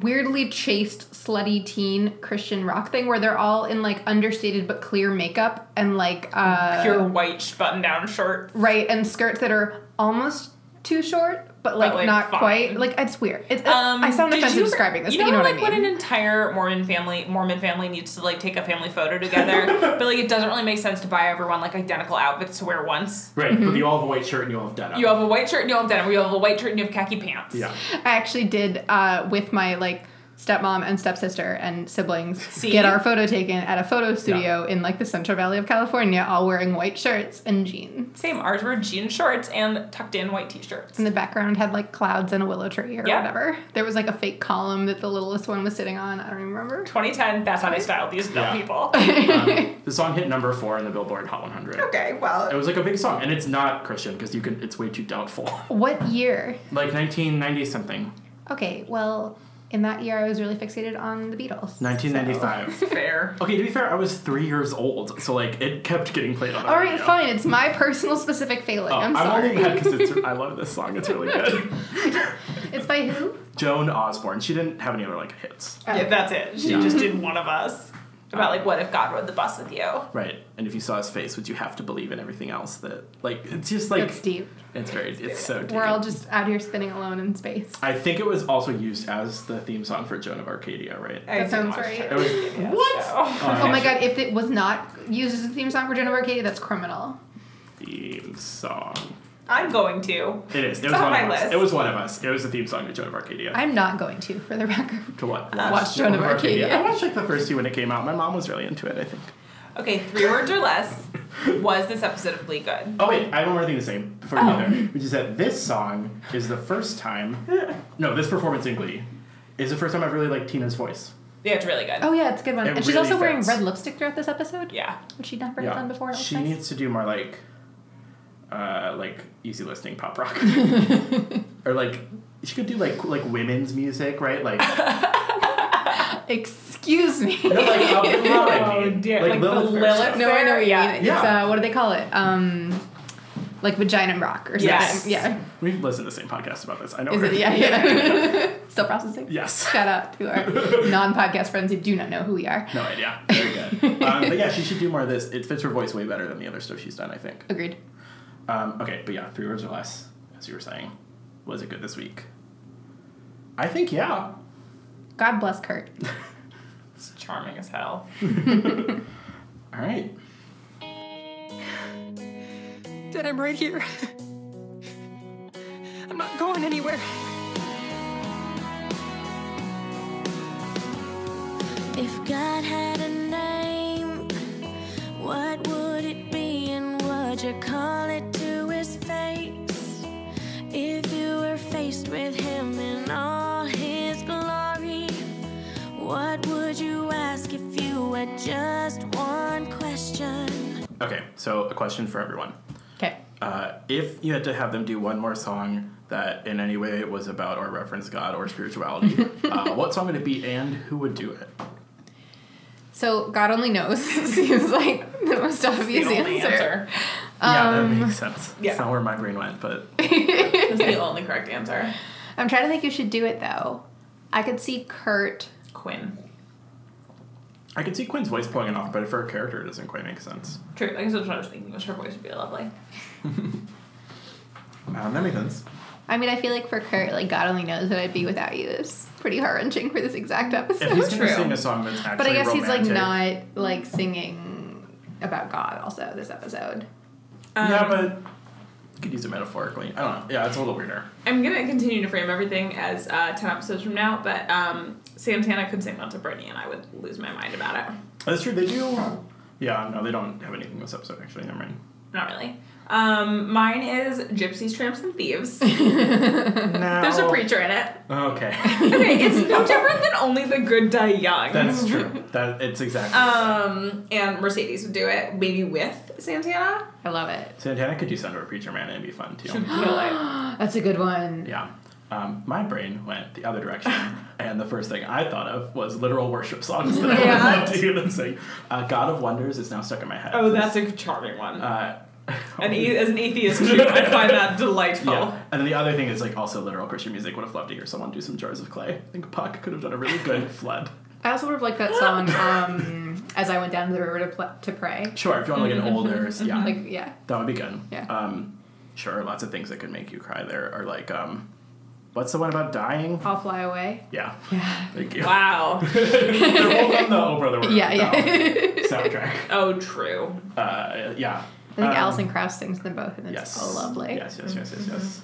S4: weirdly chaste, slutty teen Christian rock thing where they're all in like understated but clear makeup and like uh,
S2: Pure white button-down shirt.
S4: right and skirts that are almost too short but like,
S2: like,
S4: not
S2: fine.
S4: quite. Like it's weird. It's,
S2: Um,
S4: I sound
S2: did
S4: offensive
S2: you-
S4: describing this,
S2: You
S4: but
S2: know,
S4: you know
S2: like
S4: what I
S2: when
S4: mean.
S2: an entire Mormon family Mormon family needs to like take a family photo together, but like it doesn't really make sense to buy everyone like identical outfits to wear once.
S3: Right,
S4: Mm-hmm.
S3: but you all have a white shirt and you all have denim.
S2: You have a white shirt and you have denim. You have a white shirt and you have khaki pants.
S3: yeah.
S4: I actually did uh, with my like stepmom and stepsister and siblings
S2: See?
S4: get our photo taken at a photo studio in like the Central Valley of California, all wearing white shirts and jeans.
S2: Same. Ours were jean shorts and tucked in white t-shirts.
S4: In the background had like clouds and a willow tree or
S2: Yeah.
S4: whatever. There was like a fake column that the littlest one was sitting on. I don't even remember.
S2: 2010. That's how they styled these dumb
S3: Yeah.
S2: people.
S3: Um, the song hit number four in the Billboard Hot 100.
S2: okay.
S3: It
S2: Well.
S3: was like a big song, and it's not Christian because you can. It's way too doubtful.
S4: What year?
S3: Like 1990 something,
S4: Okay, well, in that year I was really fixated on the Beatles.
S3: 1995.
S2: Fair.
S3: Okay, to be fair, I was three years old, so like it kept getting played on. the
S4: All right,
S3: radio.
S4: fine. It's my personal specific failing.
S3: Oh,
S4: I'm
S3: only
S4: sorry.
S3: mad because it's. I love this song. It's really good.
S4: It's by who?
S3: Joan Osborne. She didn't have any other like hits.
S4: Oh.
S2: Yeah, that's it. She
S3: Yeah.
S2: just did one of us. About like what if God rode the bus with you?
S3: Right. And if you saw his face, would you have to believe in everything else that like it's just like
S4: It's deep.
S3: it's very it's so deep.
S4: We're all just out here spinning alone in space.
S3: I think it was also used as the theme song for Joan of Arcadia, right?
S2: I didn't
S4: sounds
S2: watch
S4: right.
S2: it.
S3: It was-
S2: What?
S4: Oh my god, if it was not used as a theme song for Jennifer Arcadia, that's criminal.
S3: Theme song.
S2: I'm going to.
S3: It is. It was
S2: on
S3: one
S2: my
S3: of us.
S2: list.
S3: It was one of us. It was the theme song to Joan of Arcadia.
S4: I'm not going to, for the record.
S3: to what?
S4: watch Joan of Arcadia.
S3: I watched like the first two when it came out. My mom was really into it. I think.
S2: Okay, three words or less. Was this episode of Glee good?
S3: Oh wait, I have one more thing to say before you
S4: Oh.
S3: go there, which is that this song is the first time. No, this performance in Glee is the first time I've really liked Tina's voice.
S2: Yeah, it's really good.
S4: Oh yeah, it's a good one.
S3: It
S4: and she's
S3: really
S4: also wearing
S3: fits.
S4: red lipstick throughout this episode,
S2: Yeah.
S4: which she'd never done before. and it was
S3: she
S4: nice.
S3: needs to do more like, uh, like easy listening pop rock, or like she could do like like women's music, right? Like
S4: Excuse me.
S3: no, like uh, you know what I
S2: Oh,
S3: mean.
S2: dear.
S3: Like,
S2: Like
S3: Lilith
S2: the
S3: Fair
S2: Lilith-
S3: stuff.
S4: no, I know what you
S2: Yeah.
S4: mean. It's
S3: Yeah.
S4: uh, what do they call it? Um, like vagina rock or something.
S2: Yes.
S4: Yeah.
S3: We've listened to the same podcast about this. I know.
S4: Is
S3: we're-
S4: it? Yeah, yeah. Still processing.
S3: Yes.
S4: Shout out to our non-podcast friends who do not know who we are.
S3: No idea. Very good. Um, but yeah, she should do more of this. It fits her voice way better than the other stuff she's done. I think.
S4: Agreed.
S3: Um, okay, but yeah, three words or less, as you were saying. Was it good this week? I think yeah.
S4: God bless Kurt.
S2: It's charming as hell.
S3: All right.
S5: Dad, I'm right here. I'm not going anywhere.
S1: If God had a name, what would it be and would you call it to his face? If you were faced with him in all his glory, what would you ask if you had just one question?
S3: Okay, so a question for everyone.
S4: Okay.
S3: uh, if you had to have them do one more song that in any way was about or referenced God or spirituality, uh, what song would it be and who would do it?
S4: So God only knows seems like the most obvious
S2: the only
S4: answer.
S2: answer.
S3: Um, yeah, that makes sense.
S2: yeah.
S3: That's not where my brain went, but
S2: That's the only correct answer.
S4: I'm trying to think who should do it though. I could see Kurt.
S2: Quinn.
S3: I could see Quinn's voice pulling it off, but for her character, it doesn't quite make sense.
S2: True. I guess that's what I was thinking. Was her voice would be lovely.
S3: Um, that makes sense.
S4: I mean, I feel like for Kurt, like God only knows what I'd be without you is pretty heart wrenching for this exact episode.
S3: If he's going
S2: true.
S3: to sing a song that's actually
S4: but I guess he's
S3: romantic-
S4: like not like singing about God also this episode.
S2: Um,
S3: yeah, but you could use it metaphorically. I don't know. Yeah, it's a little weirder.
S2: I'm gonna continue to frame everything as uh, ten episodes from now, but um, Santana could sing that to Brittany, and I would lose my mind about it.
S3: That's true. They do. Yeah, no, they don't have anything this episode actually. Never mind.
S2: Not really. Um, mine is Gypsies, Tramps, and Thieves.
S3: No.
S2: There's a preacher in it.
S3: Okay,
S2: Okay, it's no different than Only the Good Die Young.
S3: that's true. That it's exactly.
S2: um, and Mercedes would do it, maybe with Santana.
S4: I love it.
S3: Santana could do Send to a Preacher Man and it'd be fun too.
S2: Kill it.
S4: That's a good one.
S3: yeah. Um, my brain went the other direction, and the first thing I thought of was literal worship songs that I would
S2: Yeah.
S3: love to hear them sing. Uh, God of Wonders is now stuck in my head.
S2: Oh, that's a charming one.
S3: Uh,
S2: an e- as an atheist, too, I find that delightful.
S3: Yeah. And then the other thing is like also literal Christian music. Would have loved to hear someone do some jars of clay. I think Puck could have done a really good flood.
S4: I also would have liked that song um, as I went down to the river to, pl- to pray.
S3: Sure, if you want like
S2: Mm-hmm,
S3: an older, yeah,
S4: Like yeah.
S3: that would be good.
S4: Yeah.
S3: Um, sure, lots of things that could make you cry. There are like, um, what's the one about dying?
S4: I'll fly away.
S3: Yeah.
S4: Yeah.
S3: Thank you.
S2: Wow.
S3: They're both on the Oh Brother Where Art
S4: Yeah,
S3: Thou
S4: yeah.
S3: soundtrack.
S2: Oh, true.
S3: Uh, yeah.
S4: I think
S3: Um,
S4: Alison Krauss sings them both, and it's
S3: Yes.
S4: so lovely. Mm-hmm.
S3: Yes, yes, yes, yes, yes.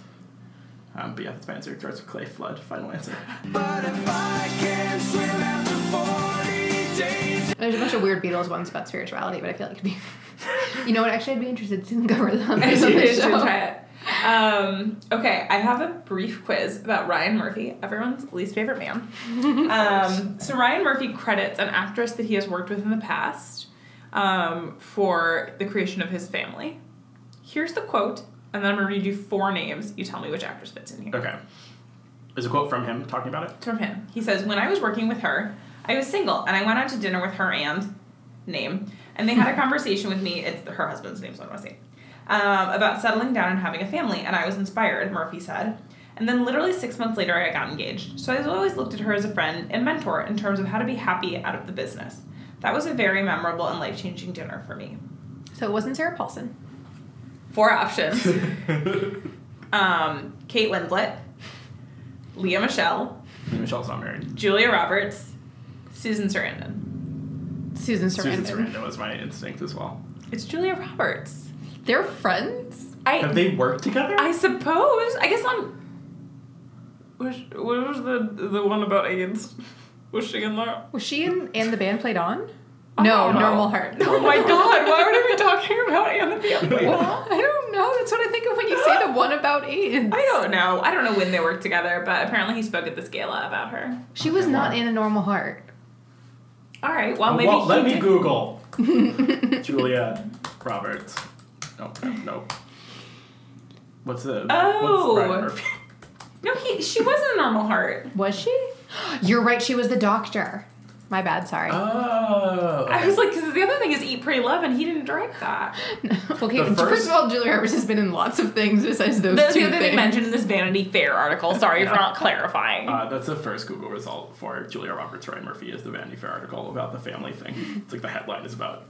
S3: Um, but yeah, that's my answer. It starts with clay flood. Final answer.
S6: But if I can swim after 40 days,
S4: There's a bunch of weird Beatles ones about spirituality, but I feel like it'd be. you know what? Actually, I'd be interested to cover them. on
S2: I should, I
S4: the
S2: should
S4: show.
S2: try it. Um, okay, I have a brief quiz about Ryan Murphy, everyone's least favorite man. Um, so Ryan Murphy credits an actress that he has worked with in the past um, for the creation of his family. Here's the quote, and then I'm gonna read you four names. You tell me which actress fits in here.
S3: Okay. There's a quote from him talking about it.
S2: It's from him. He says, When I was working with her, I was single and I went out to dinner with her and name. And they had a conversation with me, it's her husband's name, so I don't want to say, um, about settling down and having a family. And I was inspired, Murphy said. And then literally six months later, I got engaged. So I've always looked at her as a friend and mentor in terms of how to be happy out of the business. That was a very memorable and life changing dinner for me.
S4: So it wasn't Sarah Paulson.
S2: Four options um, Kate Winslet, Leah Michelle,
S3: Michelle's not married.
S2: Julia Roberts, Susan Sarandon.
S4: Susan
S3: Susan
S4: Sarandon.
S3: Sarandon was my instinct as well.
S2: It's Julia Roberts.
S4: They're friends.
S2: I
S3: Have they worked together?
S2: I suppose. I guess on. Was, what was the the one about AIDS? Was she in there?
S4: Was she in and the band played on?
S2: I
S4: No,
S2: don't know.
S4: Normal Heart.
S2: Oh my god! Why would I be talking about Anna Bianca?
S4: Well, I don't know. That's what I think of when you say the one about AIDS.
S2: I don't know. I don't know when they worked together, but apparently he spoke at this gala about her.
S4: She was not in a Normal Heart.
S2: All right. Well, maybe
S3: Oh, well,
S2: he
S3: let me
S2: did-
S3: Google Julia Roberts. No, no, no. What's the
S2: Oh.
S3: What's Ryan Murphy?
S2: No, he. She was in Normal Heart.
S4: Was she? You're right. She was the doctor. My bad. Sorry.
S3: Oh,
S2: I was like, because the other thing is Eat, Pray, Love, and he didn't direct that.
S4: okay.
S3: the
S4: First,
S3: first-
S4: of all, Julia Roberts has been in lots of things besides those
S2: That's
S4: two
S2: the other
S4: things.
S2: thing mentioned in this Vanity Fair article. Sorry for not clarifying.
S3: Uh, that's the first Google result for Julia Roberts. Ryan Murphy is the Vanity Fair article about the family thing. It's like the headline is about.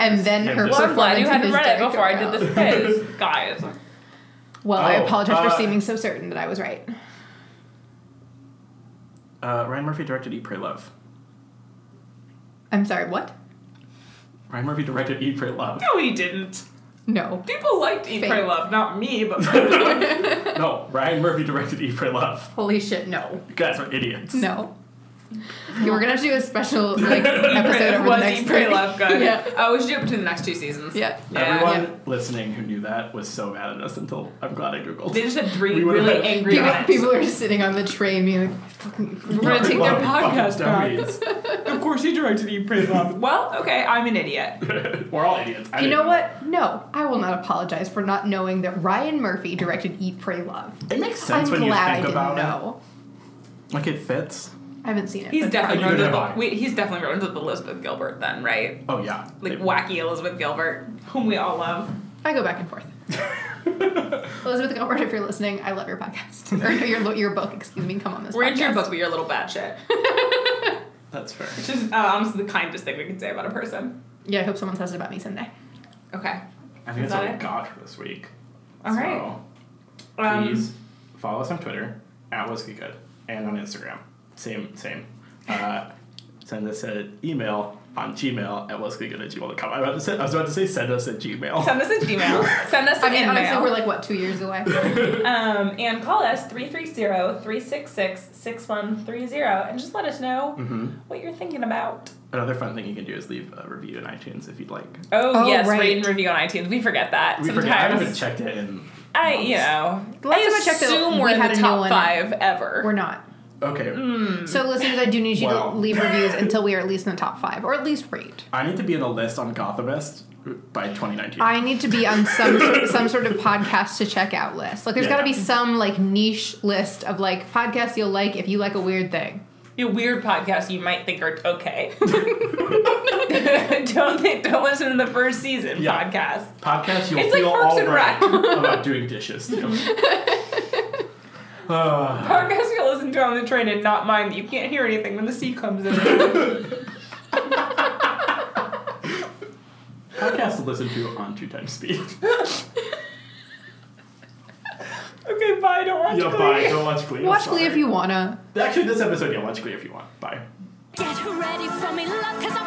S4: And then her
S2: well, I'm glad you
S4: performance
S2: hadn't
S4: in
S2: read it
S4: his
S2: before I did this quiz, guys.
S4: Well, I
S3: Oh,
S4: apologize
S3: uh,
S4: for seeming so certain that I was right.
S3: Uh, Ryan Murphy directed Eat, Pray, Love.
S4: I'm sorry. What?
S3: Ryan Murphy directed Eat, Pray, Love.
S2: No, he didn't.
S4: No.
S2: People liked Eat,
S4: Fake.
S2: Pray, Love, not me, but
S3: no, Ryan Murphy directed Eat, Pray, Love.
S4: Holy shit. No.
S3: You guys are idiots.
S4: No. Okay, we're gonna have to do a special like episode over the
S2: was
S4: next
S2: he pretty
S4: break.
S2: love good?
S4: Yeah.
S2: Uh, we should do it between the next two seasons.
S4: Yeah.
S2: Yeah.
S3: Everyone
S4: yeah.
S3: listening who knew that was so mad at us until I'm glad I Googled.
S2: They just had three
S3: We would've
S2: really
S3: had-
S2: angry
S4: People,
S2: guys.
S4: people are just sitting on the train being like, fucking.
S2: We're gonna take their
S3: Fucking
S2: podcast back.
S3: dummies.
S2: Of course, he directed Eat, Pray, Love. Well, okay, I'm an idiot.
S3: We're all idiots. I
S4: You
S3: didn't
S4: know what? No, I will not apologize for not knowing that Ryan Murphy directed Eat, Pray, Love.
S3: It makes sense
S4: I'm
S3: when you
S4: glad
S3: think
S4: I
S3: about
S4: didn't know.
S3: it. Like it fits.
S4: I haven't seen it.
S2: He's
S4: but-
S2: definitely
S3: Neither
S2: ruined
S3: have
S2: the,
S3: I.
S2: we, he's definitely ruined the Elizabeth Gilbert then, right?
S3: Oh yeah.
S2: Like
S3: It-
S2: wacky Elizabeth Gilbert, whom we all love.
S4: I go back and forth. Elizabeth Gilbert, if you're listening, I love your podcast or your your book. Excuse me, come on this.
S2: We're into your
S4: podcast.
S2: book, but you're a little batshit.
S3: That's fair.
S2: Which is uh, honestly the kindest thing we can say about a person.
S4: Yeah, I hope someone says it about me someday.
S2: Okay.
S3: I think
S2: Is
S3: that's
S2: that
S3: all we
S2: it?
S3: got for this week.
S2: All
S3: so,
S2: right. Um,
S3: Please follow us on Twitter at Whiskey Good and on Instagram. Same, same. Uh, send us an email on Gmail at whiskeygood at gmail.com. I was about to say, I was about to say send us a Gmail.
S2: Send us a Gmail. Send us an
S4: I mean, honestly,
S2: email.
S4: we're like what two years away.
S2: um, and call us 330-366-6130 and just let us know
S3: Mm-hmm.
S2: what you're thinking about.
S3: Another fun thing you can do is leave a review in iTunes if you'd like.
S2: Oh,
S4: Oh,
S2: yes,
S4: right.
S2: rate and review on iTunes. We forget that
S3: We
S2: sometimes.
S3: forget, I haven't checked it in.
S2: I, you know,
S4: The last
S2: I
S4: time I checked it,
S2: assume
S4: we
S2: we're in
S4: had
S2: the
S4: a new
S2: top
S4: one.
S2: five ever.
S4: We're not.
S3: Okay,
S2: Mm.
S4: So, listeners, I do need you
S3: Wow.
S4: to leave reviews until we are at least in the top five, or at least rate.
S3: I need to be in a list on Gothamist by 2019.
S4: I need to be on some sort, some sort of podcast to check out list. Like, there's got to be
S3: Yeah.
S4: some like niche list of like podcasts you'll like if you like a weird thing.
S2: Your weird podcasts you might think are okay. don't think, don't listen to the first season
S3: Yeah.
S2: podcast.
S3: Podcast, you'll
S2: It's like
S3: feel
S2: Parks
S3: all
S2: and
S3: right
S2: Rec.
S3: about doing dishes. you know. Ah,
S2: Podcast you listen to on the train and not mind that you can't hear anything when the sea comes in.
S3: podcast to listen to on two times speed.
S2: okay, bye. Don't watch
S3: yeah,
S2: Glee.
S3: bye. Go watch Glee. I'm
S4: Watch Glee if
S3: sorry.
S4: you wanna.
S3: Actually, this episode, yeah, watch Glee if you want. Bye.
S1: Get ready for me, love, cause